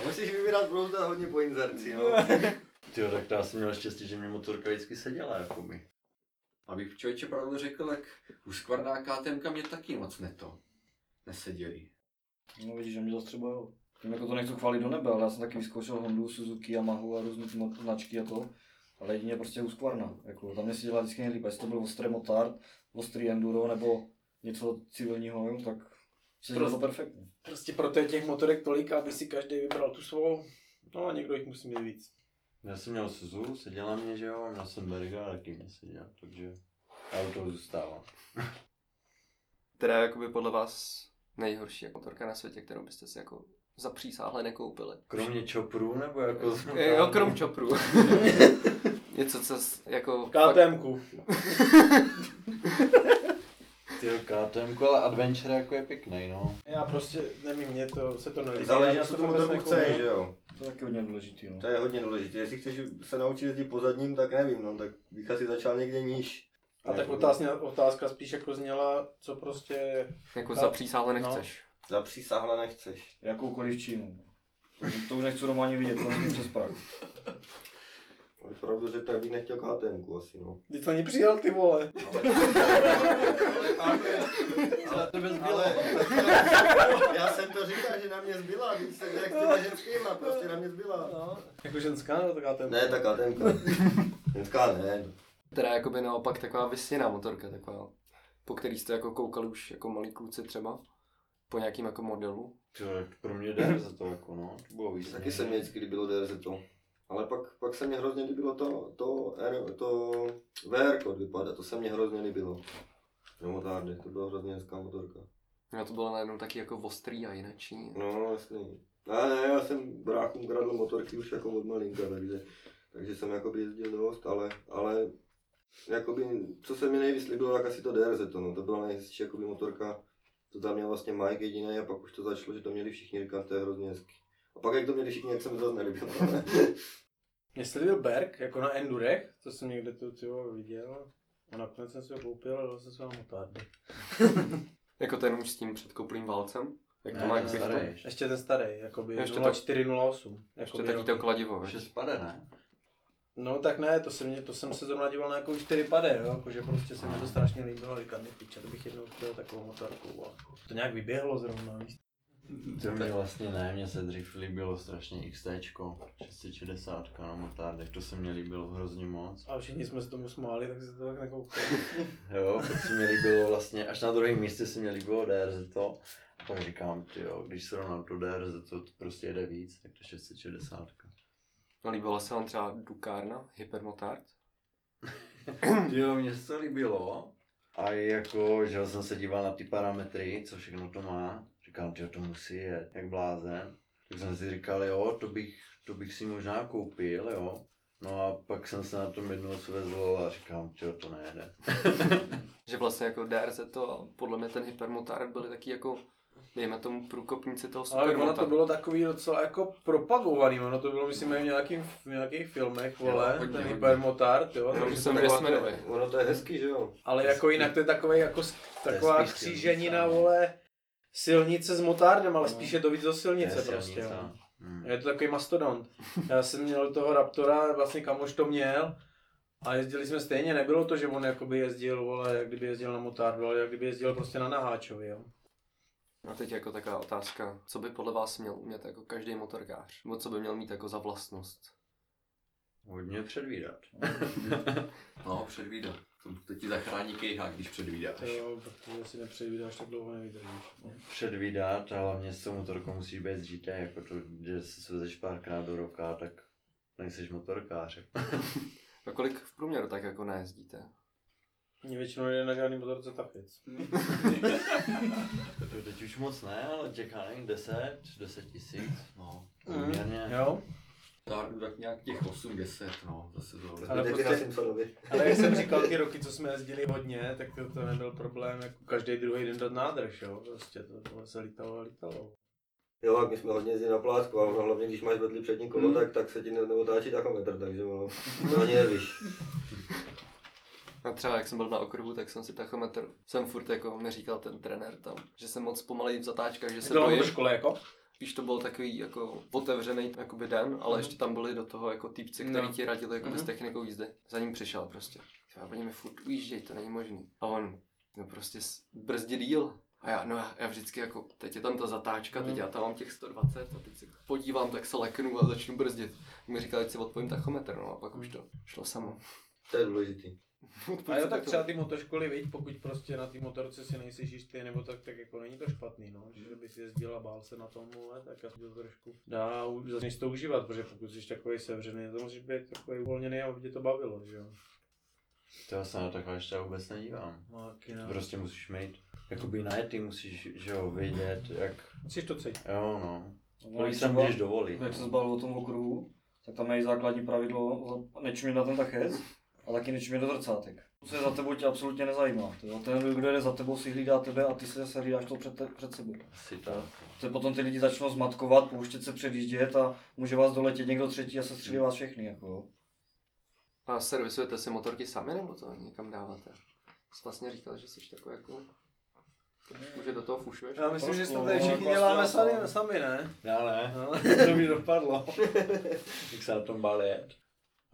Musíš vybírat prostě hodně po inzerci, no. Tyjo, tak to já jsem měl štěstí, že mě motorka vždycky seděla, jako mi. Abych člověče pravdu řekl, tak uskvarná KTMka mě taky moc neto neseděli. No vidíš, že mě zase třeba jo. Tím jako to nechci chválit do nebe, ale já jsem taky vyzkoušel Hondu, Suzuki, Yamahu a různé ty mot- značky a to. Ale jedině prostě uskvarna. Jako, tam mě si dělá vždycky nejlíp, jestli to byl ostrý motard, ostrý enduro nebo něco civilního, jo, tak se dělá to Prostě- perfektně. Prostě proto je těch motorek tolik, aby si každý vybral tu svou. No a někdo jich musí mít víc. Já jsem měl Suzu, seděla mě, že jo, a měl jsem Berga, taky mě seděla, takže já u toho zůstávám. Teda jakoby podle vás nejhorší motorka na světě, kterou byste si jako zapřísáhle nekoupili. Kromě čoprů, nebo jako z Eh, Jo, krom čopru. Něco, co s- jako... KTMku. Tyjo, KTM, ale Adventure jako je pěkný, no. Já prostě nevím, mně to, se to nelíbí. Záleží, Já co to tu vůbec motorku nekoupil. chceš, že jo. To je taky hodně důležitý. No. To je hodně důležité. Jestli chceš se naučit jezdit po zadním, tak nevím, no, tak bych asi začal někde níž. A tak otázka, otázka spíš jako zněla, co prostě... Jako zapřísáhle No. nechceš. Zapřísáhla nechceš. Jakoukoliv činu. To už nechci doma ani vidět, to není přes Prahu. Abych pravdu řekl, tak bych nechtěl KTMku asi, no. Ty to ani přijel, ty vole. Ale to bez Ale já jsem to říkal, že na mě zbyla, víc tak jak s těma ženskýma, prostě na mě zbyla. No. Jako ženská nebo taková ten... Ne, tak KTMka. Ženská ne. Teda jakoby naopak taková vysněná motorka, taková, po který jste jako koukali už jako malí kluci třeba, po nějakým jako modelu. Tyjo, tak pro mě jde za to jako, no. To bylo víc. Taky se mě vždycky líbilo DRZ to. Ale pak, pak se mě hrozně líbilo to, to, R, to VR kód vypadá, to se mě hrozně líbilo. No motárny, to byla hrozně hezká motorka. No to bylo najednou taky jako ostrý a jinačí. No, jasný. Ne, ne, já jsem bráchům kradl motorky už jako od malinka, takže, takže jsem jakoby jezdil dost, ale, ale jakoby, co se mi nejvíc líbilo, tak asi to DRZ, to, no, to byla nejhezčí jakoby motorka, to tam měl vlastně Mike jediný a pak už to začalo, že to měli všichni říkat, to je hrozně hezký. A pak jak to měli všichni, jak jsem to zase nelíbil. Mně se líbil Berg, jako na Endurech, to jsem někde tu tyho viděl. A nakonec jsem si ho koupil a dal jsem se na motárdy. Jako ten už s tím předkouplým válcem. Jak to Ne, má to jak to? starý. ještě. Ještě ten starý, jakoby Ještě Ještě to- 0408. Ještě jakoby taky rok. to kladivo, Ještě veď? spade, ne? No tak ne, to, se mě, to jsem se zrovna díval na jako 4 pade, jo? Jakože prostě se mi to strašně líbilo, říkat mi piče, to bych jednou chtěl takovou motorku. A to nějak vyběhlo zrovna, víš? To mě vlastně ne, mně se dřív líbilo strašně XTčko, 660 na motardech, no, to se mě líbilo hrozně moc. A všichni jsme se tomu smáli, tak se to tak jako- nekoukali. Jo, pak se mi líbilo vlastně, až na druhém místě se mi líbilo DRZ to. A pak říkám, ty jo, když srovnám to DRZ to, to prostě jede víc, tak to 660. No líbila se vám třeba Dukárna, Hypermotard. Jo, mně se to líbilo. A jako, že jo, jsem se díval na ty parametry, co všechno to má. Říkám, že to musí jet, jak blázen. Tak jsem si říkal, jo, to bych, to bych si možná koupil, jo. No a pak jsem se na tom jednou svezl a říkám, že to nejede. Že vlastně jako DRZ to a podle mě ten Hypermotard byly taky jako, dejme tomu průkopníci toho Ale ono to supermotardu. bylo takový docela jako propagovaný, ono to bylo myslím i v, nějakým, v nějakých filmech, vole, Jo, hodně, ten hodně. hypermotard, jo, Já takže už jsem jsem Westmanovi. ono to je hezký, že jo? ale jako jinak to je takový jako s- To je taková spíš kříženina, silnice, no. vole, silnice s motárnem, ale spíš je to víc do To je silnice prostě, silnice. jo. Hmm. Je to takový mastodont. Já jsem měl toho Raptora, vlastně kamoš to měl, a jezdili jsme stejně, nebylo to, že on jakoby jezdil, vole, jak kdyby jezdil na motardu, ale jak kdyby jezdil prostě na naháčovi, jo. A teď jako taková otázka, co by podle vás měl umět jako každý motorkář? Nebo co by měl mít jako za vlastnost? Hodně předvídat. No, předvídat. To, to ti zachrání kejha, když předvídáš. Jo, protože si nepředvídáš, tak dlouho nevydržíš. no. předvídat a hlavně s tou motorkou musíš být zžité, jako to, že se svezeš párkrát do roka, tak nejseš motorkář. A kolik v průměru tak jako najezdíte? Mě většinou nejde na žádný motorce ta věc. To teď už moc ne, ale čeká nevím, 10, 10 tisíc, no, Mm. poměrně. Jo? Stárnu tak nějak těch 8-10, no, zase to. Ale Jde prostě- na Simpsonovi. Ale jak jsem říkal, ty roky, co jsme jezdili hodně, tak to, to nebyl problém jako každý druhý den dát nádrž, jo. Prostě to, to se lítalo a lítalo. Jo, jak my jsme hodně jezdili na plátku, ale ono hlavně když máš vedli přední kolo, Hmm. tak, tak se ti ne- neotáčí tachometr, takže ono, to ani nevíš. A třeba jak jsem byl na okruhu, tak jsem si tachometr, jsem furt jako mi říkal ten trenér tam, že jsem moc pomalej v zatáčkách, že se To bojím. do školy jako? Spíš to byl takový jako otevřený jakoby den, ale ještě tam byli do toho jako týpci, který Mhm. No. ti radili jakoby s Mhm. technikou jízdy. Za ním přišel prostě. Já oni mi furt ujížděj, to není možný. A on, no prostě s- brzdí díl. A já, no já, já vždycky jako, teď je tam ta zatáčka, teď Mhm. já tam mám těch 120 a teď se podívám, tak se leknu a začnu brzdit. Jak mi říkal, ať si odpojím tachometr, no a pak už to šlo samo. To je důležitý. A jo, tak třeba ty motoškoly, viď, pokud prostě na té motorce si nejsi jistý, nebo tak, tak jako není to špatný, no. Že by si jezdil a bál se na tom, ale tak asi to trošku dá, u- začneš to užívat, protože pokud jsi takový sevřený, to musíš být takový uvolněný, aby tě to bavilo, že jo. To já se na takhle ještě vůbec nedívám. No, taky To ne. prostě musíš mít, jakoby na ty musíš, že jo, vědět, jak, Musíš to cítit. jo no. No, Kolik se můžeš dovolit. Jak se zbavil o tom okruhu, tak tam je základní pravidlo nečumět na ten tachec a taky nečumět do zrcátek. To se za tebou tě absolutně nezajímá. To jo. Ten, kdo jde za tebou, si hlídá tebe a ty se zase hlídáš to před, te- před sebou. Asi tak. To potom ty lidi začnou zmatkovat, pouštět se, předjíždět a může vás doletět někdo třetí a se střílí vás všechny. Jako. jo. A servisujete si motorky sami, nebo to někam dáváte? Jsi vlastně říkal, že jsi takový jako... Že do toho fušuješ? Já myslím, že že se snad tady tady všichni všichni Prostě děláme děláme sami- sami, ano. sami ne? Já ne, No. to mi dopadlo. Jak se na tom bál jet.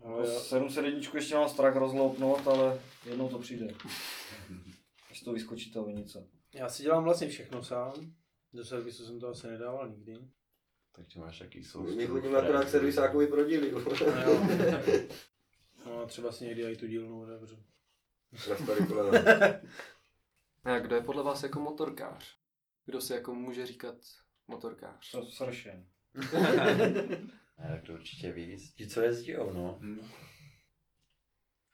No Jako 701 ještě mám strach rozloupnout, ale jednou to přijde. Až to vyskočí ta vinice. Já si dělám vlastně všechno sám. Do servisu jsem to asi nedával nikdy. Tak ty máš taký soustru. My chodíme akorát k servisákovi pro díly. No, jo. no a třeba si někdy i tu dílnu otevřu. Na starý kolena. A kdo je podle vás jako motorkář? Kdo si jako může říkat motorkář? S- Sršen. Ne, tak to určitě víc. Ti, co jezdíjou, no. Hm.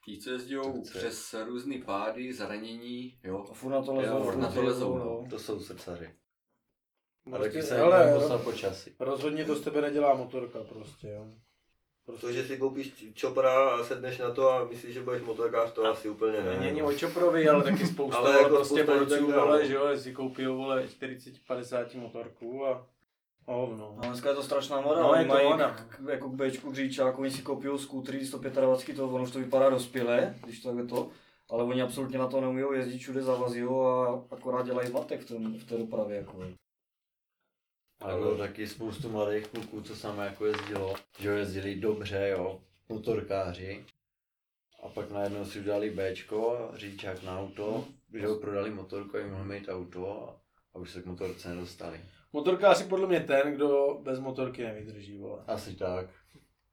Ti, co jezdí Srdce. přes různý pády, zranění, jo. A furt na to lezou. Jo, furt na to lezou, no. To jsou srdcaři. A Prostě- taky se hele, ale, poslal počasí. Rozhodně to z tebe nedělá motorka prostě, jo. To, že si koupíš čopra a sedneš na to a myslíš, že budeš motorkář, to asi úplně ne. Není o Čoprovi, ale taky spousta Ale ale jako prostě spousta lidí borců, tak dá, vole, no. že jo, si koupí vole 40-50 motorku a oh, no. hovno. A No, dneska je to strašná moda, No, no, je oni to mají ona. k, k, jako k Bčku kříčák, oni si koupí skútry 125, to ono už to vypadá dospěle, když to je to, ale oni absolutně na to neumí jezdit, všude zavazí ho a akorát dělají zmatek v, tom, v té dopravě. Jako. Ale bylo taky spoustu mladých kluků, co samo jako jezdilo. Že jo, jezdili dobře, jo, motorkáři. A pak najednou si udělali Bčko, říčák na auto, že jo, prodali motorku a jim mohli mít auto a- a už se k motorce nedostali. Motorkář je podle mě ten, kdo bez motorky nevydrží, vole. Asi tak.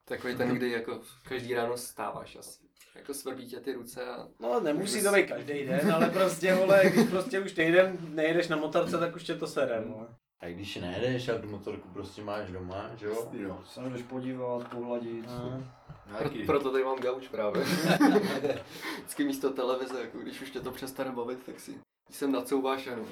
Takový ten, kdy jako každý ráno stáváš asi. Jako svrbí tě ty ruce a No, nemusí to být každý den, ale prostě, vole, když prostě už týden nejedeš na motorce, tak už tě to sere, no. vole. A i když nejedeš a tu motorku prostě máš doma, že jo? Jo. Se jdeš podívat, pohladit. No. pro, proto tady mám gauč právě. Vždycky místo televize, jako když už tě to přestane bavit, tak si jsem nacouváš a no.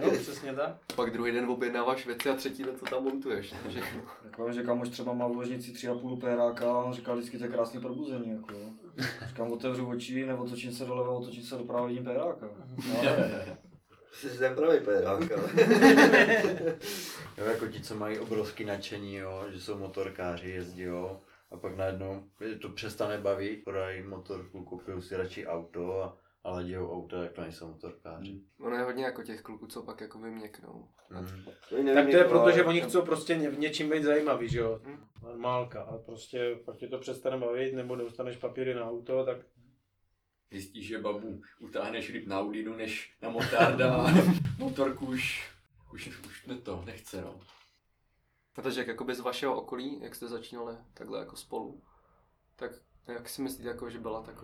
Jo, přesně tak. Pak druhý den objednáváš věci a třetí den to tam montuješ. Takže Jako vím, že kamoš třeba má v ložnici 3,5 péráka a on říkal vždycky, to je krásný probuzení. Jako. jo. Říkám, otevřu oči, nebo točím se doleva, otočím se doprava, vidím péráka. No, Jsi ten pravý pedák, ale. Jo, jako ti, co mají obrovský nadšení, jo, že jsou motorkáři, jezdí, jo. A pak najednou je to přestane bavit, prodají motorku, koupí si radši auto a, a ladějou auta, jak to nejsou motorkáři. ono je hodně jako těch kluků, co pak jako vyměknou. Mm. jako, Tak to je proto, že oni chcou prostě ně- v něčím být zajímavý, že jo? Hmm. Normálka, ale prostě pak tě to přestane bavit, nebo dostaneš papíry na auto, tak Zjistíš, že babu utáhneš líp na Audinu než na motarda a motorku už, už, už ne to, nechce no. A takže jak jakoby z vašeho okolí, jak jste začínali takhle jako spolu, tak jak si myslíte, jako, že byla tak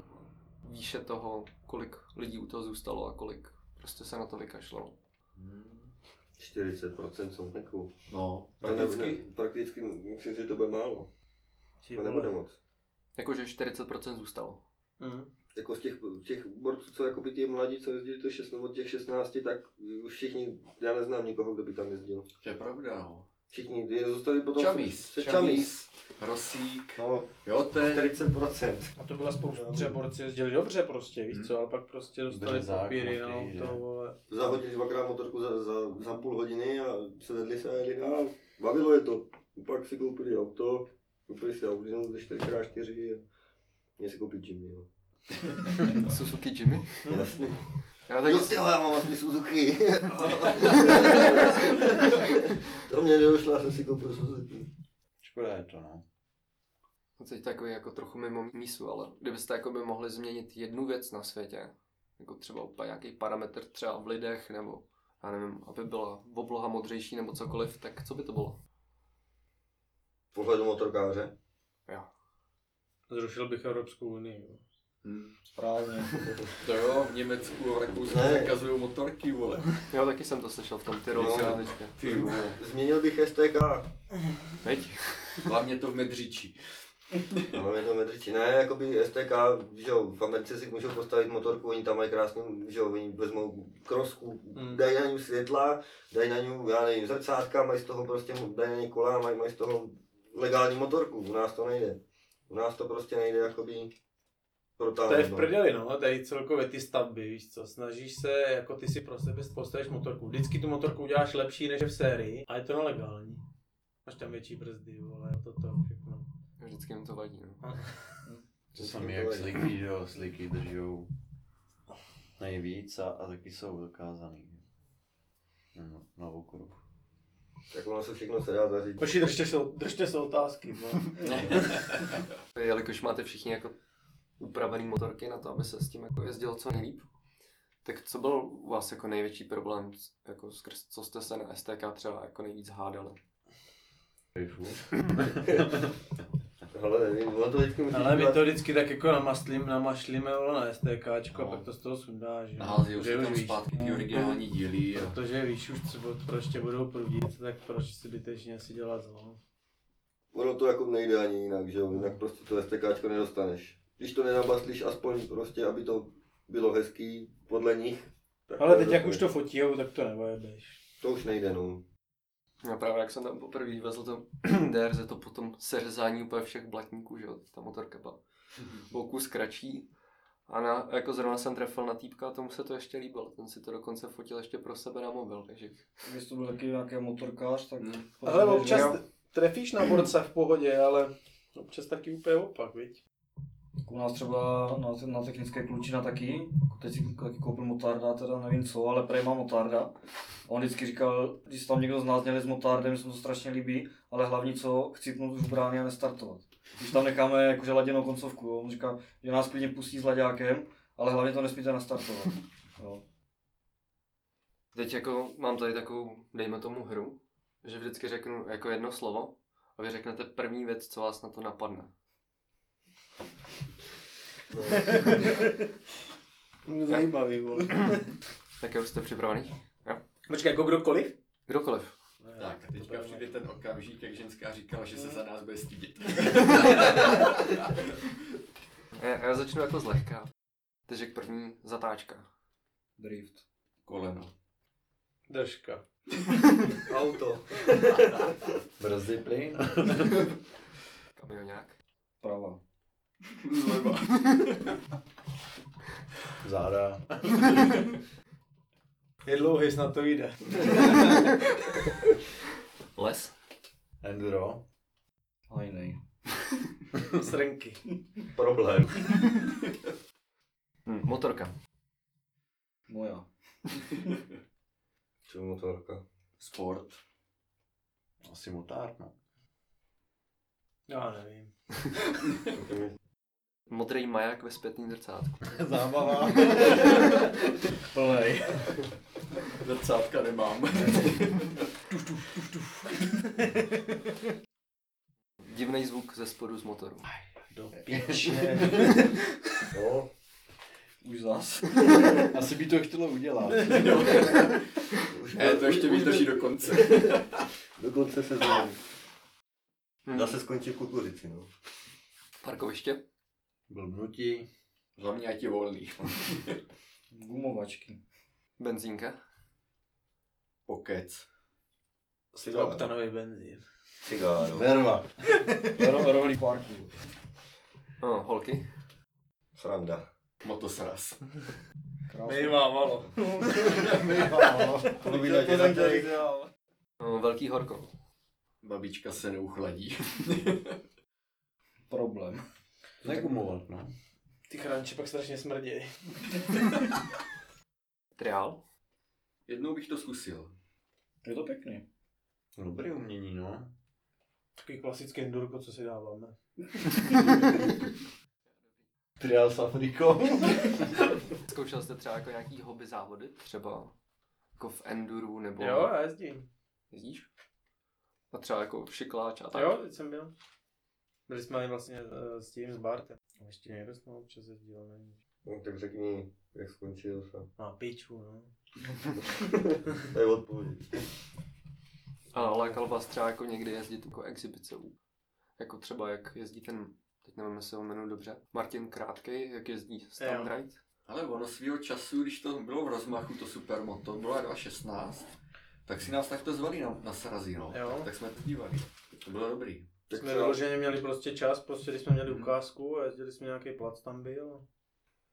výše toho, kolik lidí u toho zůstalo a kolik prostě se na to vykašlalo? Hmm. 40% jsou neků. No, Prakticky, prakticky. prakticky, myslím, že to bude málo. ti To nebude moc. Jakože 40% zůstalo. Mhm. jako z těch, těch borců, co jakoby ti mladí, co jezdili to 16, od těch 16, tak už všichni, já neznám nikoho, kdo by tam jezdil. To je pravda, no. Všichni je- zůstali potom... Čamís, se- Čamís. Čamís, Rosík, No, jo, to je 40%. A to byla spousta, třeba borci jezdili dobře prostě, víš co, ale pak prostě dostali Březák, papíry na Mostý, že? auto, vole. Zahodili dvakrát motorku za, za, za půl hodiny a sedli se a jeli dál. Bavilo je to. Pak si koupili auto, koupili si no, Audinu ze 4x4 a mě si koupit no. Jimmy. Jo. Suzuki Jimmy. Jasně. Já Tak tak jo, tyhle, já mám vlastně Suzuki. to mě nedošlo, já jsem si koupil Suzuki. Škoda je to, no. No Teď takový jako trochu mimo mísu, ale kdybyste jako by mohli změnit jednu věc na světě, jako třeba úplně nějaký parametr třeba v lidech, nebo já nevím, aby byla obloha modřejší nebo cokoliv, tak co by to bylo? Pohled do motorkáře. Zrušil bych Evropskou unii. jo. Správně. To jo, v Německu, v Rakousku Ne. zakazují motorky, vole. Jo, taky jsem to slyšel v tom Tyrolu. Jo. No, teďka. Ty vole. Změnil bych STK. Veď? Hlavně to v Medřiči. No, je to medriči. Ne, jakoby STK, že jo, v Americe si můžou postavit motorku, oni tam mají krásně, že jo, oni vezmou krosku, Mm. dají na ní světla, dají na ní, já nevím, zrcátka, mají z toho prostě, dají na ní kola, mají, mají z toho legální motorku, u nás to nejde. U nás to prostě nejde, jakoby, To je protáhnout. v prdeli, no, tady celkově ty stavby, víš co, snažíš se, jako ty si pro sebe postavíš motorku, vždycky tu motorku uděláš lepší než je v sérii, a je to nelegální. Máš tam větší brzdy, vole, toto, všechno. Vždycky mi to vadí. No. To samé jak sliky, že jo, sliky držou nejvíc a, a taky jsou dokázaný. No, na okruh. Tak ono se všechno se dá zařídit. Koši, držte se, držte se otázky, no. Jelikož máte všichni jako upravený motorky na to, aby se s tím jako jezdilo co nejlíp, tak co byl u vás jako největší problém, jako skrz co jste se na STK třeba jako nejvíc hádali? Kejfu. Hele, nevím, ono to vždycky musí Ale my dělat- to vždycky tak jako namaslím, namašlíme vole na STKčko a No. pak to z toho sundáš. jo. Nahází Že se už tam víš. zpátky ty originální díly No. a Protože víš už, co bod- proč tě budou prudit, tak proč si zbytečně si dělat zlo. Ono to jako nejde ani jinak, že jo, jinak prostě to STKčko nedostaneš. Když to nenabaslíš aspoň prostě, aby to bylo hezký podle nich. tak Ale teď jak nedostaneš. už to fotijou, tak to nevojebeš. To už nejde, no. Já právě jak jsem tam poprvé vezl to DRZ, to potom seřezání úplně všech blatníků, že jo, ta motorka byla o kus kratší. A na, jako zrovna jsem trefil na týpka a tomu se to ještě líbilo. Ten si to dokonce fotil ještě pro sebe na mobil, takže Kdyby jsi to byl taky nějaký motorkář, tak... Hmm. Ale Protože- občas trefíš na borce v pohodě, ale občas taky úplně opak, viď? U nás třeba na, na technické klučina taky, teď si taky koupil motarda, teda nevím co, ale prej má motarda. A on vždycky říkal, když tam někdo z nás měli s motardem, že se mu to strašně líbí, ale hlavně co, chcípnout už brány a nestartovat. Když tam necháme jakože laděnou koncovku, jo. on říká, že nás klidně pustí s laďákem, ale hlavně to nesmíte nastartovat. Jo. Teď jako mám tady takovou, dejme tomu hru, že vždycky řeknu jako jedno slovo a vy řeknete první věc, co vás na to napadne. Zajímavý, vole. Tak jo, jste připraveni? Počkej, jako kdokoliv? Kdokoliv. Tak, teďka přijde ten okamžik, jak ženská říkala, že se za nás bude No. stydět. Já, já začnu jako zlehka. Takže k první zatáčka. Drift. Koleno. Držka. Auto. Brzdy plyn. Kamionák. Prava. Zleva. Záda. Je dlouhý, snad to jde. Les. Enduro. Hajnej. Srenky. Problém. Hm, motorka. Moja. Čo motorka? Sport. Asi motár, no. No, Já nevím. Modrý maják ve zpětným zrcátku. Zábava. Plnej. Zrcátka nemám. Divný zvuk ze spodu z motoru. Do píč. No, Už zas. Asi by to chtělo udělat. už Ne, to ještě vydrží do konce. Dokonce se zvolí. Hm. Zase skončí v kukuřici, no. Parkoviště. Blbnutí. Za mě ať je volný. Gumovačky. Benzínka. Pokec. Oktanový benzín. Cigáro. Verva. Ro- Rohlík parků. No, holky. Sranda. Motosraz. Nejmávalo. To by viděl tě za těch. No, velký horko. Babička se neuchladí. Problém. Negumovat, no. Ty chranče pak strašně smrdějí. Triál. Jednou bych to zkusil. Je to pěkný. Dobrý umění, no. Takový klasický endurko, co si dáváme. Trial s Afrikou. Zkoušel jste třeba jako nějaký hobby závody? Třeba jako v enduru nebo... Jo, já jezdím. Jezdíš? A třeba jako šikláč a tak. Jo, teď jsem byl. Byli jsme i vlastně eh, s tím, s Bartem. A Ještě někdo jsme občas jezdil, nevím. No, tak řekni, jak skončil se. Na piču, no. To je odpověď. A lákal vás třeba jako někdy jezdit jako exibice? Jako třeba jak jezdí ten, teď nevím, jestli ho jmenuji dobře, Martin Krátkej, jak jezdí Jo. Stamride. Ale ono svýho času, když to bylo v rozmachu, to supermoto, byla 2.16, tak si nás takto zvali na, na srazy, no. Jo. Tak, tak jsme to dívali. To bylo dobrý. Tak jsme vyloženě měli prostě čas, prostě když jsme měli ukázku a jezdili jsme nějaký plac tam byl.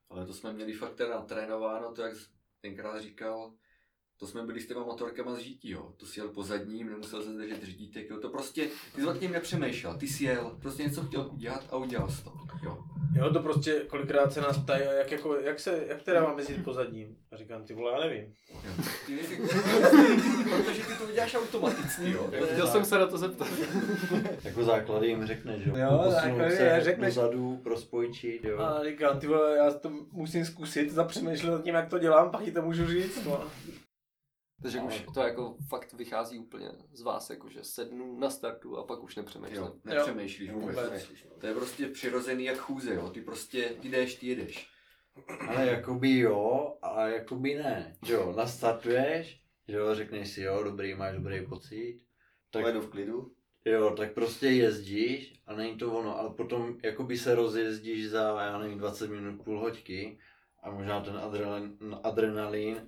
Ale to jsme měli fakt teda natrénováno, to jak tenkrát říkal, to jsme byli s těma motorkama z žítí, jo. To si jel po zadním, nemusel se držet řídítek, jo. To prostě, ty jsi nad tím nepřemýšlel, ty si jel, prostě něco chtěl udělat a udělal jsi to, jo. Jo, to prostě kolikrát se nás ptají, jak, jako, jak, se, jak teda máme jezdit po zadním. A říkám, ty vole, já nevím. jo. Ty nejsi, protože ty to uděláš automaticky, jo. To je- Chtěl jsem se na to zeptat. Jako základy jim řekne, že Jo, Posunout základy, se řekneš. Dozadu, prospojčit, jo. A říkám, ty vole, já to musím zkusit, zapřemýšlet nad tím, jak to dělám, pak ti to můžu říct. No. Takže No. už to jako fakt vychází úplně z vás, jako že sednu na startu a pak už nepřemýšlím. Jo, nepřemýšlíš vůbec. Vůbec. To je prostě přirozený jak chůze, jo. Ty prostě, ty jdeš, ty jedeš. Ale jakoby jo, ale jakoby ne. Jo, nastartuješ, že jo, řekneš si jo, dobrý, máš dobrý pocit. Tak Pojedu v klidu. jo, tak prostě jezdíš a není to ono, ale potom jakoby se rozjezdíš za, já nevím, 20 minut, půl hoďky a možná ten adrenalin, adrenalin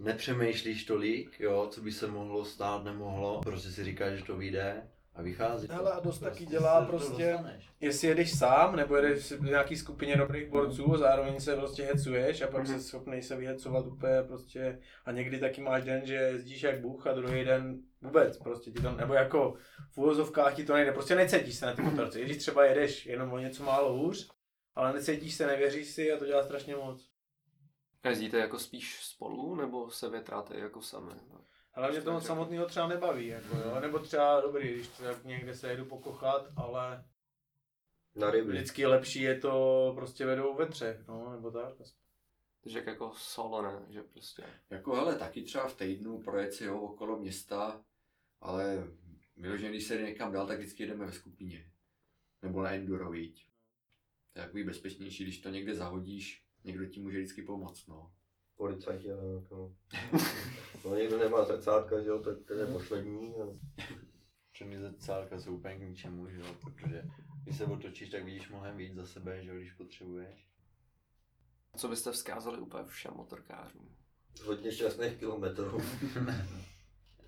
nepřemýšlíš tolik, jo, co by se mohlo stát, nemohlo, prostě si říkáš, že to vyjde a vychází to. Hele, a dost taky dělá se to prostě- dostaneš. Jestli jedeš sám, nebo jedeš v nějaký skupině dobrých borců, zároveň se prostě hecuješ a pak jsi schopný se vyhecovat úplně prostě. A někdy taky máš den, že jezdíš jak Bůh a druhý den vůbec prostě ti to, nebo jako v úvozovkách ti to nejde, prostě necítíš se na ty motorce. I Když třeba jedeš jenom o něco málo hůř, ale necítíš se, nevěříš si a to dělá strašně moc. A Jezdíte jako spíš spolu, nebo se větráte jako sami? Ale mě to samotného třeba nebaví, jako jo. Nebo třeba dobrý, když třeba někde se jedu pokochat, ale Na ryby. vždycky lepší je to prostě vedou ve třech, no, nebo tak. Takže jak jako solo, ne? Že prostě. Jako hele, taky třeba v týdnu projet si jo, okolo města, ale vyloženě, když se jde někam dál, tak vždycky jdeme ve skupině. Nebo na enduro, viď. To je takový bezpečnější, když to někde zahodíš, někdo ti může vždycky pomoct, no. Policajti, ale jako. No někdo nemá zrcátka, že jo, tak ten je poslední. A... Že mi zrcátka jsou úplně k ničemu, že jo, protože když se otočíš, tak vidíš mnohem víc za sebe, že jo, když potřebuješ. Co byste vzkázali úplně všem motorkářům? Hodně šťastných kilometrů.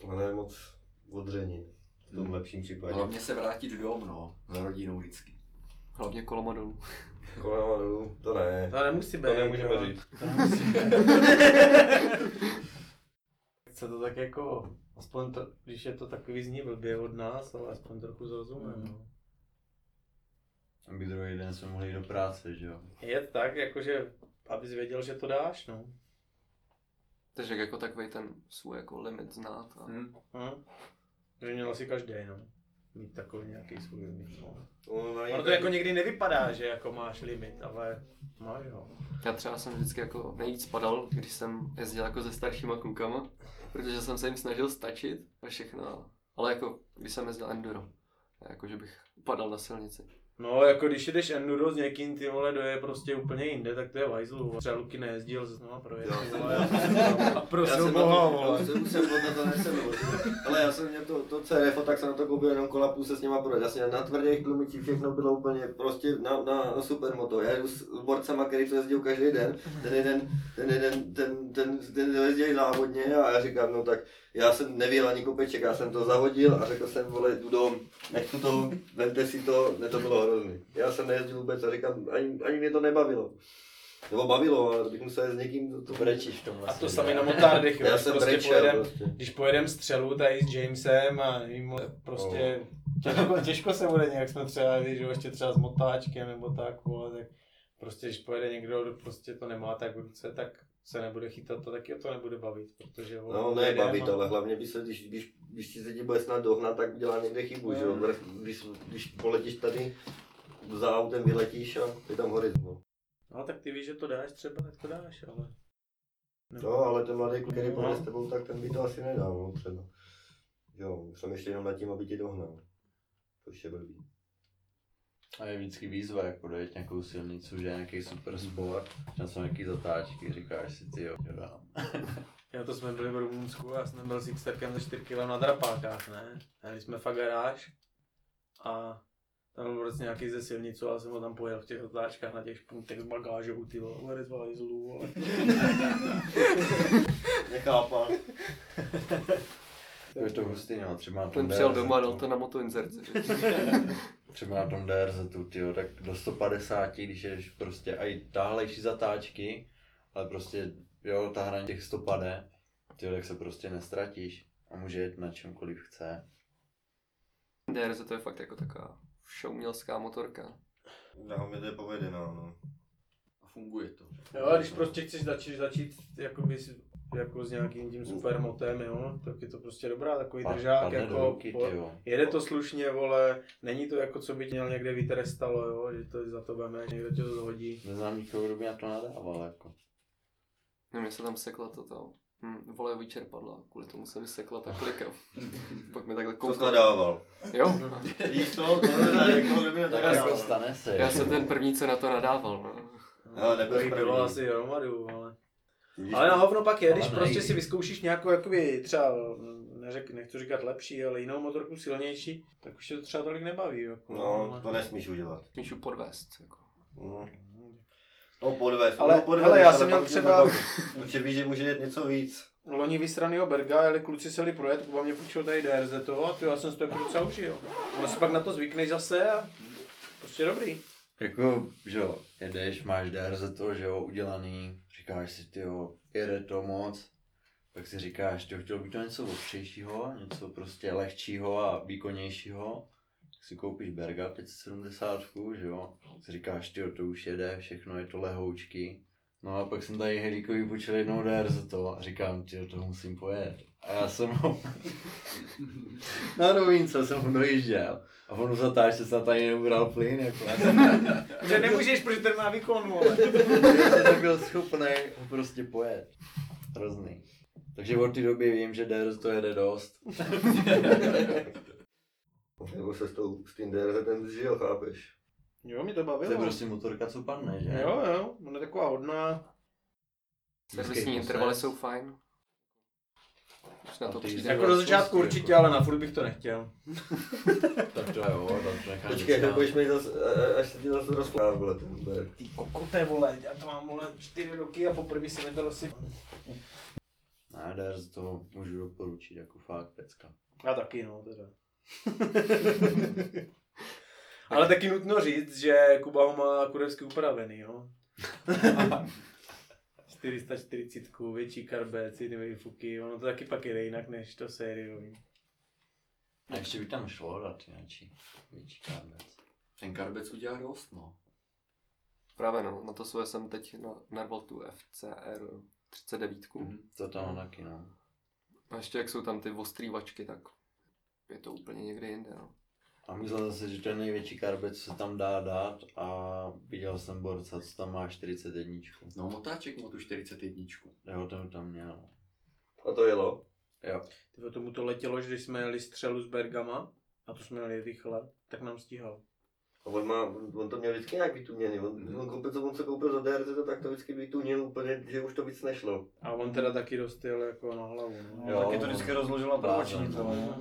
Ale moc odření. V tom lepším případě. Hlavně se vrátit domů, no, za rodinou vždycky. Hlavně kolomodou. Kolem a dolů, to ne. To nemusí být. jo. Se to tak jako, aspoň to, když je to takový zní blbě od nás, ale aspoň trochu zrozumím. No. Mm. Aby druhý den jsme mohli jít do práce, že jo. Je tak, jakože, abys věděl, že to dáš, no. Takže jako takový ten svůj jako limit znát. A... Hmm. Hm. Hm? Že měl asi každý, no. Mít takový nějaký svůj limit, no. Ono není Ono to tak- jako někdy nevypadá, že jako máš limit, ale máš ho. Já třeba jsem vždycky jako nejvíc padal, když jsem jezdil jako se staršíma klukama, protože jsem se jim snažil stačit a všechno. Ale jako když jsem jezdil enduro, jako že bych upadal na silnici. No, jako když jdeš enduro s někým, ty vole, doje prostě úplně jinde, tak to je vajzlu. Třeba Luky nejezdil, se znovu projet, ty vole. A prosil boha, vole. Já jsem musel od to nesem, Ale já jsem měl to, to CRF, tak jsem na to koupil jenom kola půl se s nima projet. Jasně, na tvrdých tlumicích všechno bylo úplně prostě na, na supermoto. Já jdu s borcama, který to jezdil každý den, ten jeden, ten jeden, ten, ten, ten, ten jezdil závodně a já říkám, no tak já jsem nevěl ani kopeček, já jsem to zahodil a řekl jsem, vole, jdu dom, nechci to, vemte si to, ne to bylo hrozný. Já jsem nejezdil vůbec a říkám, ani, ani mě to nebavilo. Nebo bavilo, ale bych musel s někým to brečíš v tom A vlastně. to sami na motardech, jo. Já když jsem prostě brečel pojedem, prostě. když pojedem střelu tady s Jamesem a nevím, prostě Oh. těžko, těžko se bude nějak jsme třeba, víš, jo, ještě třeba s motáčkem nebo tak, vole, tak prostě když pojede někdo, kdo prostě to nemá tak v ruce, tak se nebude chytat, to taky to nebude bavit, protože vole, No, ne, pojedem baví a- to, ale hlavně když, se, když, když, když ti se ti bude snad dohnat, tak udělá někde chybu, že No. jo? Když, když poletíš tady, za autem vyletíš a je tam horizont. no. No tak ty víš, že to dáš třeba, tak to dáš, ale... No, ale ten mladý kluk, který Hm. No. pojede s tebou, tak ten by to asi nedal, no, třeba. Jo, přemýšlí jenom nad tím, aby ti dohnal. Což je blbý. A je vždycky výzva, jako dojet nějakou silnicu, že je nějaký super sport, tam jsou nějaký zatáčky, říkáš si ty jo, jo dám. Jo, to jsme byli v Rumunsku, já jsem byl s Xterkem za 4 kg na drapákách, ne? Jeli jsme fakt garáž a tam byl prostě nějaký ze silnicu a jsem ho tam pojel v těch otáčkách na těch špuntech s bagážou, ty vole, where is Vajzlu, vole. Nechápal. To je to hustý, no, třeba na tom Ten přijel DRZ doma, dal to na motoinzerce. Třeba na tom DRZ, tyjo, tak do 150, když jedeš prostě i tahlejší zatáčky, ale prostě, jo, ta hraní těch 100 pade, tyjo, tak se prostě nestratíš a může jet na čemkoliv chce. DRZ to je fakt jako taková šoumělská motorka. Já mi to je povedená, no. A funguje to. Jo, a když prostě chceš začít, začít jako, bys, jako s nějakým tím supermotem, jo, tak je to prostě dobrá, takový Pa- držák, padne jako, do ruky, po- tyjo. Jede to slušně, vole, není to jako co by tě měl někde vytrestalo, jo, že to za to veme, někdo tě to zhodí. Neznám nikoho, kdo by na to nadával, jako. No, mě se tam sekla to tam. Hm, vole vyčerpadla, kvůli tomu se mi sekla ta klika. Pak mi takhle Kolik to koukla. dával? Jo, Víš to? To nedá, jako by mě Tak tak jako dával. stane se. já jo. jsem ten první, co na to nadával. No. Ale nebyl Takových první. bylo asi hromadu, ale... Vidíš Ale to? na hovno pak je, když Ale prostě nejde. si vyzkoušíš nějakou, jakoby třeba, neřek, nechci říkat lepší, ale jinou motorku silnější, tak už tě to třeba tolik nebaví, jako. No, ale- to nesmíš udělat. Smíš ji podvést. Jako. No. No podvez, Ale- no podvez, hele, já jsem měl pak už třeba- nebaví. Protože víš, že může jít něco víc. Loni vysranýho Berga, jeli kluci se jeli projet, Kuba mě půjčil tady DRZ toho a ty já jsem si to jako docela užil. Ono si pak na to zvykneš zase a prostě dobrý. Jako, že jo, jedeš, máš DRZ to, že jo, udělaný, říkáš si, ty jo, jede to moc, tak si říkáš, ty chtěl by to něco ostřejšího, něco prostě lehčího a výkonnějšího, tak si koupíš Berga 570, že jo, tak si říkáš, ty to už jede, všechno je to lehoučky. No a pak jsem tady Helíkovi půjčil jednou DRZ to a říkám, ty to musím pojet. A já jsem ho na rovince jsem ho dojížděl a on u zatáčce snad ani neubral plyn, jako já jsem Že nemůžeš, protože ten má výkon, vole. já jsem nebyl schopný ho prostě pojet. Hrozný. Takže od té doby vím, že DRZ to jede dost. Nebo se s, tou, s tím DRZem zžil, chápeš? Jo, mi to To je bavilo. prostě motorka, co padne, že? Jo, jo, ona je taková hodná. Servisní intervaly jsou fajn. Už na A to ty přijde. jsi- Jako do začátku prostě, určitě, jako. ale na furt bych to nechtěl. Tak to jo, tam to nechám. Počkej, docela. to budeš mít zase, a- a- až se ti zase rozplá, vole, ten berg. Ty kokote, vole, já Jako to mám, vole, čtyři roky a poprvé si mi to rozsyp. Ne, DRZ to můžu doporučit, jako fakt pecka. Já taky, no, teda. Ale taky nutno říct, že Kuba ho má kurevsky upravený, jo. 440, větší karbec, jiný výfuky, ono to taky pak jede jinak než to sériový. A ještě by tam šlo dát nějaký větší kábec. Ten karbec udělá dost, no. Právě no, na to svoje jsem teď na, narval tu FCR 39. Hm, To tam taky, no. A ještě jak jsou tam ty ostrý vačky, tak je to úplně někde jinde. No. A myslel jsem si, že ten největší karbec se tam dá dát a viděl jsem borca, co tam má 41. No, motáček má tu 41. Jo, ten tam měl. A to jelo. Jo. Tyvo, tomu to letělo, že když jsme jeli střelu s Bergama, a to jsme jeli rychle, tak nám stíhal. A on, má, on to měl vždycky nějak vytuněný, on, on, koupil, on se koupil za DRZ, tak to vždycky vytunil úplně, že už to víc nešlo. A on teda taky dostal jako na hlavu. No. No, taky to vždycky rozložil na no. prvočník. Blázen, vole.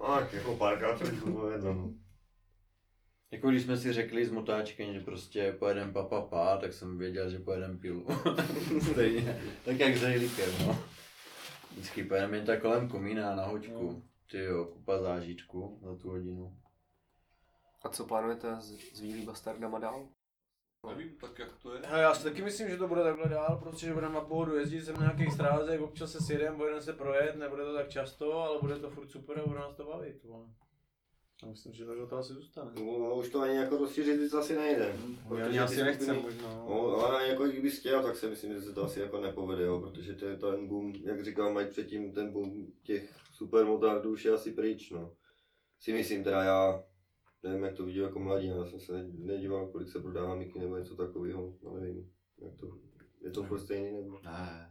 A tak jako párkrát to bylo jedno. no. Jako když jsme si řekli z motáčky, že prostě pojedem pa, pa, pa tak jsem věděl, že pojedem pilu. Stejně. Tak jak s Hejlíkem, no. Vždycky pojedeme jen tak kolem komína na hoďku. Ty jo, kupa zážitku za tu hodinu. A co plánujete s, s Vílí Bastardama dál? Nevím, tak jak to je. Hele, já si taky myslím, že to bude takhle dál, protože budeme na pohodu jezdit sem na nějakých strázek, občas se sjedem, budeme se projet, nebude to tak často, ale bude to furt super a bude nás to bavit. Vole. Já myslím, že takhle to asi zůstane. No, no, už to ani jako rozšířit víc asi nejde. protože ty skupiny- možná. No, ale jako kdyby chtěl, tak si myslím, že se to asi jako nepovede, jo, protože ten, ten boom, jak říkal Mike předtím, ten boom těch supermotardů už je asi pryč, no. Si myslím, teda já, nevím, jak to viděl jako mladý, já jsem se ne- nedíval, kolik se prodává miky nebo něco takového, ale nevím, jak to, je to prostě jiný nebo... Ne.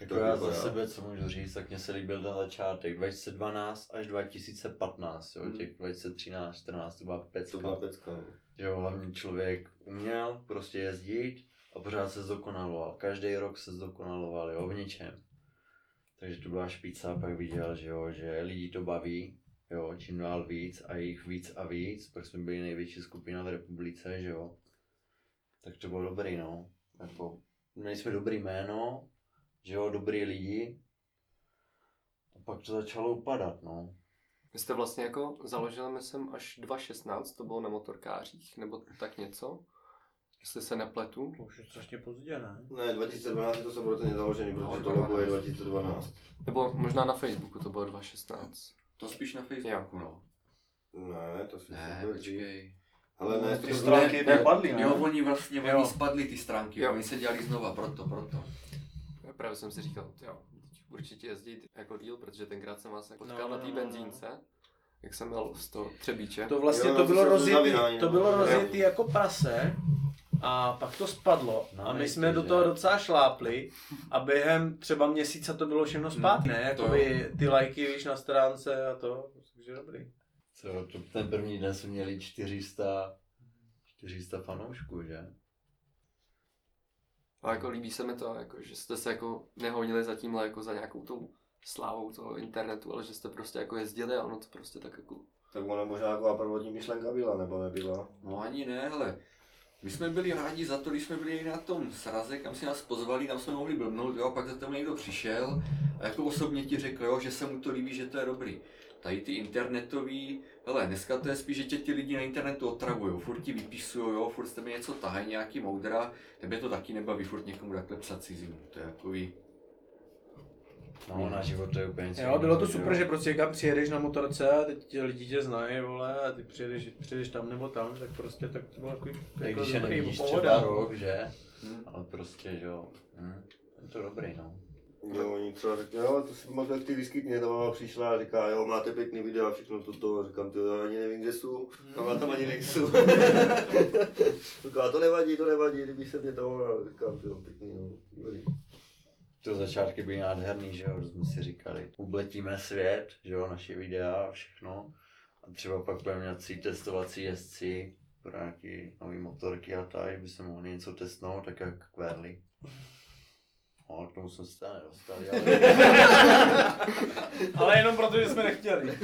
jak Jako to já za vypadá. sebe, co můžu říct, tak mně se líbil ten začátek 2012 až 2015, jo, těch 2013, 14 to byla pecka. To byla pecka, no. že jo, hlavně člověk uměl prostě jezdit a pořád se zdokonaloval. Každý rok se zdokonaloval, jo, v něčem. Takže to byla špica, pak viděl, že jo, že lidi to baví, jo, čím dál víc a jich víc a víc, pak jsme byli největší skupina v republice, že jo. Tak to bylo dobrý, no. Jako, měli jsme dobrý jméno, že jo, dobrý lidi. A pak to začalo upadat, no. Vy jste vlastně jako založili, myslím, až 2.16, to bylo na motorkářích, nebo tak něco, jestli se nepletu. To už je strašně pozdě, ne? Ne, 2012 je to samozřejmě založený, protože to logo je 2012. Nebo možná na Facebooku to bylo 2.16. To spíš na Facebooku, no. Ne, to si Ne, myslím, že- počkej. Ale ne, Ty to stránky ne, nepadly, ne? Jo, oni vlastně, Jo. oni spadli ty stránky, Jo. oni se dělali znova, proto, proto. Já právě jsem Hmm. si říkal, jo, teď určitě jezdit jako díl, protože tenkrát jsem vás potkal No, na no, té no, no. benzínce, jak jsem jel z toho Třebíče. To vlastně Jo, to to bylo se rozjetý, zavírání, to no. bylo Jo. rozjetý jako prase a pak to spadlo No, a my nejspíš, jsme do že? toho docela šlápli a během třeba měsíce to bylo všechno zpátky, ne? to Jakoby ty lajky, víš, na stránce a to, takže dobrý. Co, to ten první den jsme měli 400, 400 fanoušků, že? A jako líbí se mi to, jako, že jste se jako nehonili za tímhle jako za nějakou tou slávou toho internetu, ale že jste prostě jako jezdili a ono to prostě tak jako... tak ona možná taková prvotní myšlenka byla, nebo nebyla. No ani ne, hele. My jsme byli rádi za to, když jsme byli na tom sraze, kam si nás pozvali, tam jsme mohli blbnout, jo, pak za tebou někdo přišel a jako osobně ti řekl, jo, že se mu to líbí, že to je dobrý. Tady ty internetový, hele, dneska to je spíš, že tě ti lidi na internetu otravují, furt ti vypisují, jo, furt s tebe něco tahají, nějaký moudra, tebe to taky nebaví furt někomu takhle psat cizinu, to je jako takový, No, na život to je úplně něco Jo, bylo to jiného, super, jo. že prostě kam přijedeš na motorce a teď tě lidi tě znají, vole, a ty přijedeš, přijedeš tam nebo tam, tak prostě tak to bylo takový Tak jako když je dobrý, nevidíš pohoda. Hmm. třeba rok, že? hm, Ale prostě, že jo. Hm. Je to dobrý, no. Jo, oni třeba řekli, jo, to si moc jak ty vyskytně, ta mama přišla a říká, jo, máte pěkný video a všechno toto, a říkám, ty já ani nevím, kde jsou, a má tam ani nejsou. říká, to nevadí, to nevadí, kdyby se mě to a říkám, ty jo, pěkný, no, dobrý. To začátky byly nádherný, že jo, to jsme si říkali. Ubletíme svět, že jo, naše videa a všechno. A třeba pak budeme nějací testovací jezdci pro nějaký nový motorky a tak, by se mohli něco testnout, tak jak kverli. No, k tomu jsme se teda nedostali, ale... Ale jenom proto, že jsme nechtěli.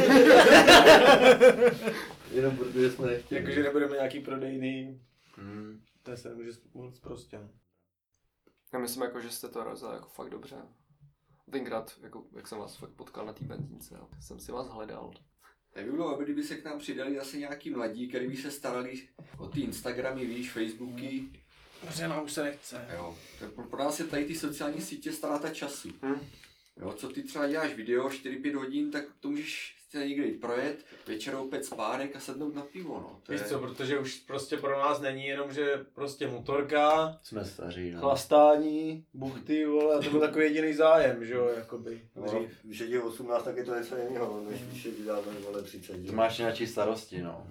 Jenom protože jsme nechtěli. Jakože nebudeme nějaký prodejný, Hm. to se nemůže moc prostě. no. Já myslím jako, že jste to rozjeli jako fakt dobře. Tenkrát, jako, jak jsem vás fakt potkal na té benzínce, jo, jsem si vás hledal. Tak by bylo, aby kdyby se k nám přidali zase nějaký mladí, který by se starali o ty Instagramy, víš, Facebooky, Protože nám už se nechce. Jo, to je pro, pro nás je tady ty sociální sítě ztráta času. Hm. Jo, co ty třeba děláš video 4-5 hodin, tak to můžeš se někde jít projet, večer opět spárek a sednout na pivo, no. To je... Víš co, protože už prostě pro nás není jenom, že prostě motorka, Jsme staří, no. chlastání, buchty, vole, a to byl takový jediný zájem, že jo, jakoby. No, Dřív. když je ti 18, tak je to něco jiného, než když je ti dáme, vole, 30. Ty máš nějaký starosti, no.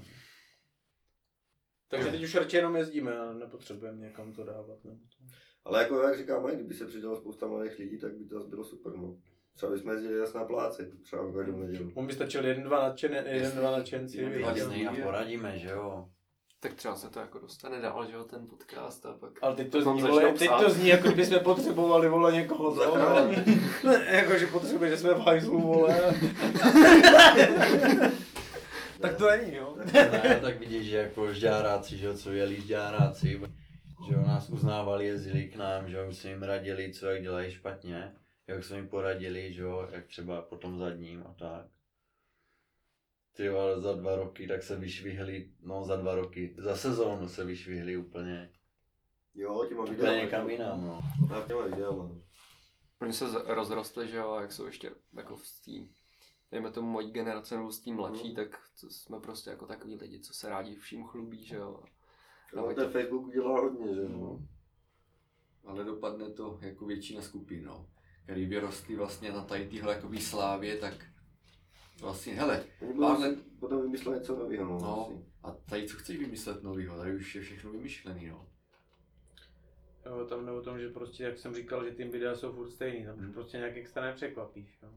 Takže teď už radši jenom jezdíme a nepotřebujeme někam to dávat. no. Nebo to. Ale jako jak říkám, Mike, kdyby se přidalo spousta mladých lidí, tak by to zase bylo super, no. Třeba bychom jezdili zase na pláci, třeba každou neděli. On by stačil jeden, dva, nadšen, jeden, dva nadšenci. Jasný. víš, Jasný, a poradíme, že jo. Tak třeba se to jako dostane dál, že jo, ten podcast a pak... Ale teď to, Potom zní, začnou vole, teď psát. to zní, jako kdyby jsme potřebovali vole někoho to, vole. jako, že potřebuje, že jsme v hajzlu, vole. tak to není, jo. Ne, no, tak vidíš, že jako žďáráci, že jo, co jeli žďáráci, že jo, nás uznávali, jezdili k nám, že jo, my jsme jim radili, co jak dělají špatně, jak jsme jim poradili, že jo, jak třeba potom zadním a tak. Ty jo, ale za dva roky, tak se vyšvihli, no za dva roky, za sezónu se vyšvihli úplně, Jo, těma úplně videama. někam jinam, no. Tak těma videama. no. Oni se z- rozrostli, že jo, a jak jsou ještě jako v té, dejme tomu mojí generace nebo s tím mladší, Mhm. tak to jsme prostě jako takový lidi, co se rádi vším chlubí, že jo. No, ten Facebook udělal hodně, že jo. ale dopadne to jako většina skupin, no. Který vyrostly vlastně na tady tyhle jakoby slávě, tak vlastně, hele, Oni Pár budou let- si potom vymyslet něco nového, no. No. asi. a tady co chceš vymyslet novýho, tady už je všechno vymyšlený, no. Jo, tam jde o tom, že prostě, jak jsem říkal, že ty videa jsou furt stejný, tam Hmm. prostě nějak extra nepřekvapíš, jo.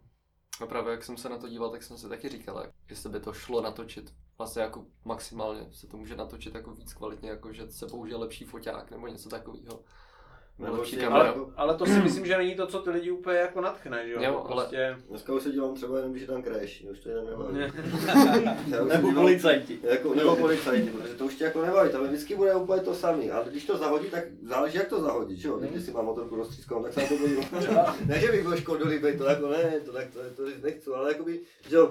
A právě jak jsem se na to díval, tak jsem si taky říkal, jak- jestli by to šlo natočit vlastně jako maximálně, se to může natočit jako víc kvalitně, jako že se použije lepší foťák nebo něco takového. Nebo Nebo lepší si- kamera. Ale, ale to si myslím, že není to, co ty lidi úplně jako natchne, že jo? Jo, prostě... Dneska už se dívám třeba jenom, že tam crash, už to jenom nebaví. Ne. Já už se Nebo dívám- policajti. Jako, nebo policajti, protože to už tě jako nebaví, tam vždycky bude úplně to samý, ale když to zahodí, tak záleží jak to zahodí, že jo, Mhm. když si mám motorku roztřískou, tak se na to bojím. ne, že bych byl škodolibý, to jako ne, to tak to, to nechci, ale jakoby, že jo,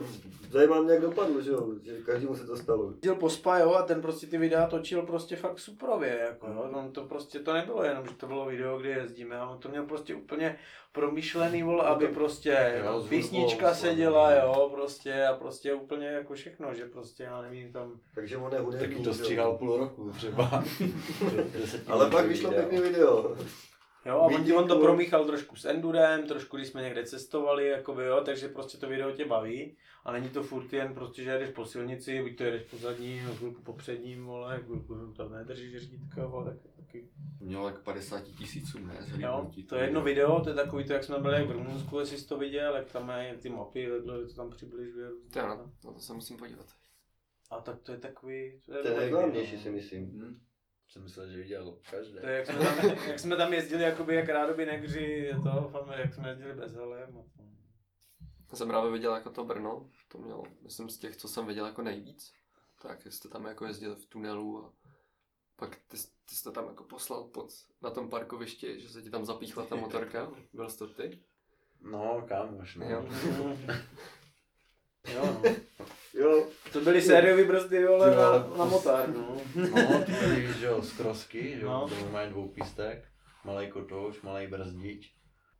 zajímá mě jak dopadlo, že jo, že každému se to stalo. Jel po Spa, jo, a ten prostě ty videa točil prostě fakt suprově, jako jo. On to prostě, to nebylo jenom, že to bylo video, kde jezdíme, ale on to měl prostě úplně promyšlený, vole, aby prostě Jo, s hudbou, písnička s se hudbou. děla, jo, prostě a prostě úplně jako všechno, že prostě, já nevím, tam... Takže on je hudební, Taky že to jo. stříhal půl roku třeba. Deset Ale pak minut vyšlo videa. pěkný video. Jo, a on, Vidíku. on to promíchal trošku s Endurem, trošku když jsme někde cestovali, jako jo, takže prostě to video tě baví. A není to furt jen prostě, že jedeš po silnici, buď to jedeš po zadním, chvilku po předním, vole, chvilku tam nedržíš řídítka, vole, tak taky. Mělo jak 50 tisícům, ne? Jo, zhlídnutí. to je jedno video, to je takový to, jak jsme byli jak v Rumunsku, jestli jsi to viděl, jak tam mají ty mapy, takhle to tam přibližuje. To jo, no, na to se musím podívat. A tak to je takový... To To je dobrý nejhlavnější video. no. si myslím. Hm? Jsem myslel, že viděl každý. To je, jak jsme tam, jak jsme tam jezdili, jakoby jak rádoby negři, to, fakt, jak jsme jezdili bez helem. no. a to. Já jsem právě viděl jako to Brno, to mělo, myslím, z těch, co jsem viděl jako nejvíc. Tak, jak jste tam jako jezdil v tunelu a pak ty, ty jste tam jako poslal pod, na tom parkovišti, že se ti tam zapíchla ta motorka. Byl jsi to ty? No, kámoš, no. Jo. Jo, no. Jo, to byly sériový brzdy, vole, Jo, ale na, na motár, no. No, ty byli, že jo, z krosky, že No. jo, no. mají dvoupístek, malej kotouč, malej brzdič,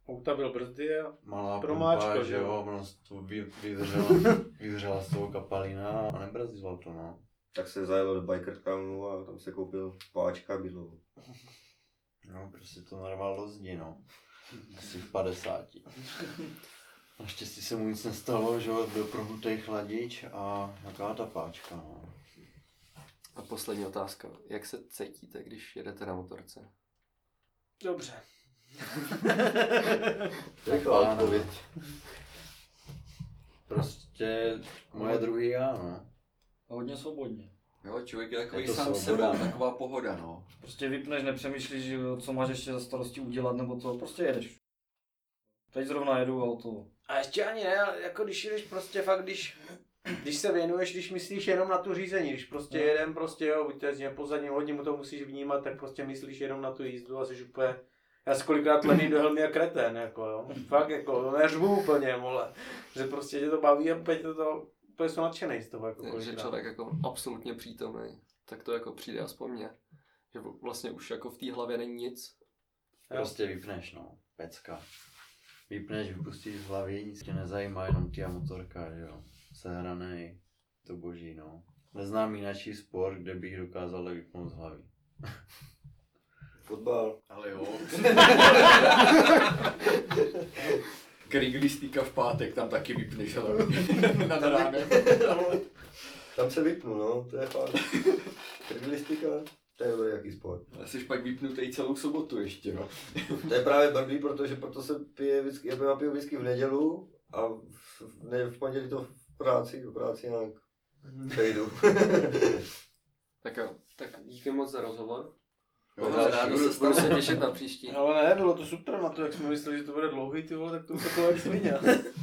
Auta byl brzdy a... malá Pro pumpa, máčko, že že jo. jo, množstvo vy, vyvřela, vyvřela z toho kapalina a nebrzdila to, no. tak se zajelo do biker townu a tam se koupil páčka bydlo. No, prostě to narvalo zdi, no. Asi v 50. Naštěstí se mu nic nestalo, že jo, byl prohutej chladič a jaká ta páčka, no. A poslední otázka. Jak se cítíte, když jedete na motorce? Dobře. Taková odpověď. Prostě moje druhý já, no. A hodně svobodně. Jo, člověk je takový Je to sám svoboda, sebou, ne? taková pohoda, no. Prostě vypneš, nepřemýšlíš, že jo, co máš ještě za starosti udělat, nebo to, prostě jedeš. Teď zrovna jedu a to. A ještě ani ne, ale jako když jdeš prostě fakt, když, když se věnuješ, když myslíš jenom na tu řízení, když prostě No. jeden prostě jo, buď to je pozadní hodně mu to musíš vnímat, tak prostě myslíš jenom na tu jízdu a jsi úplně, já jsem kolikrát lený do helmy a kretén, jako jo, fakt jako, neřvu úplně, vole, že prostě tě to baví a úplně tě to, úplně jsou nadšený z toho, jako Že kolikrát. člověk jako absolutně přítomný, tak to jako přijde aspoň mně. Že vlastně už jako v té hlavě není nic. Jo. Prostě vypneš, no. Pecka. Vypneš, vypustíš z hlavy, nic tě nezajímá, jenom ty a motorka, že jo. Sehranej, to boží, no. Neznám jináčí sport, kde bych dokázal vypnout z hlavy. Fotbal. Ale jo. Kriglistika v pátek tam taky vypneš, ale nad ránem. Tam se vypnu, no, to je fakt. Krydlistika, to je dobrý jaký sport. Ale jsi pak vypnutý celou sobotu ještě, no. To je právě blbý, protože proto se pije vždycky, já piju vždycky v nedělu a v, ne, v pondělí to v práci, v práci nějak přejdu. Tak jo, tak díky moc za rozhovor. Jo, Budu rád, další. budu se- budu se těšit na příští. Ale ne, bylo to super na to, jak jsme mysleli, že to bude dlouhý, ty vole, tak to bylo takové jak svině.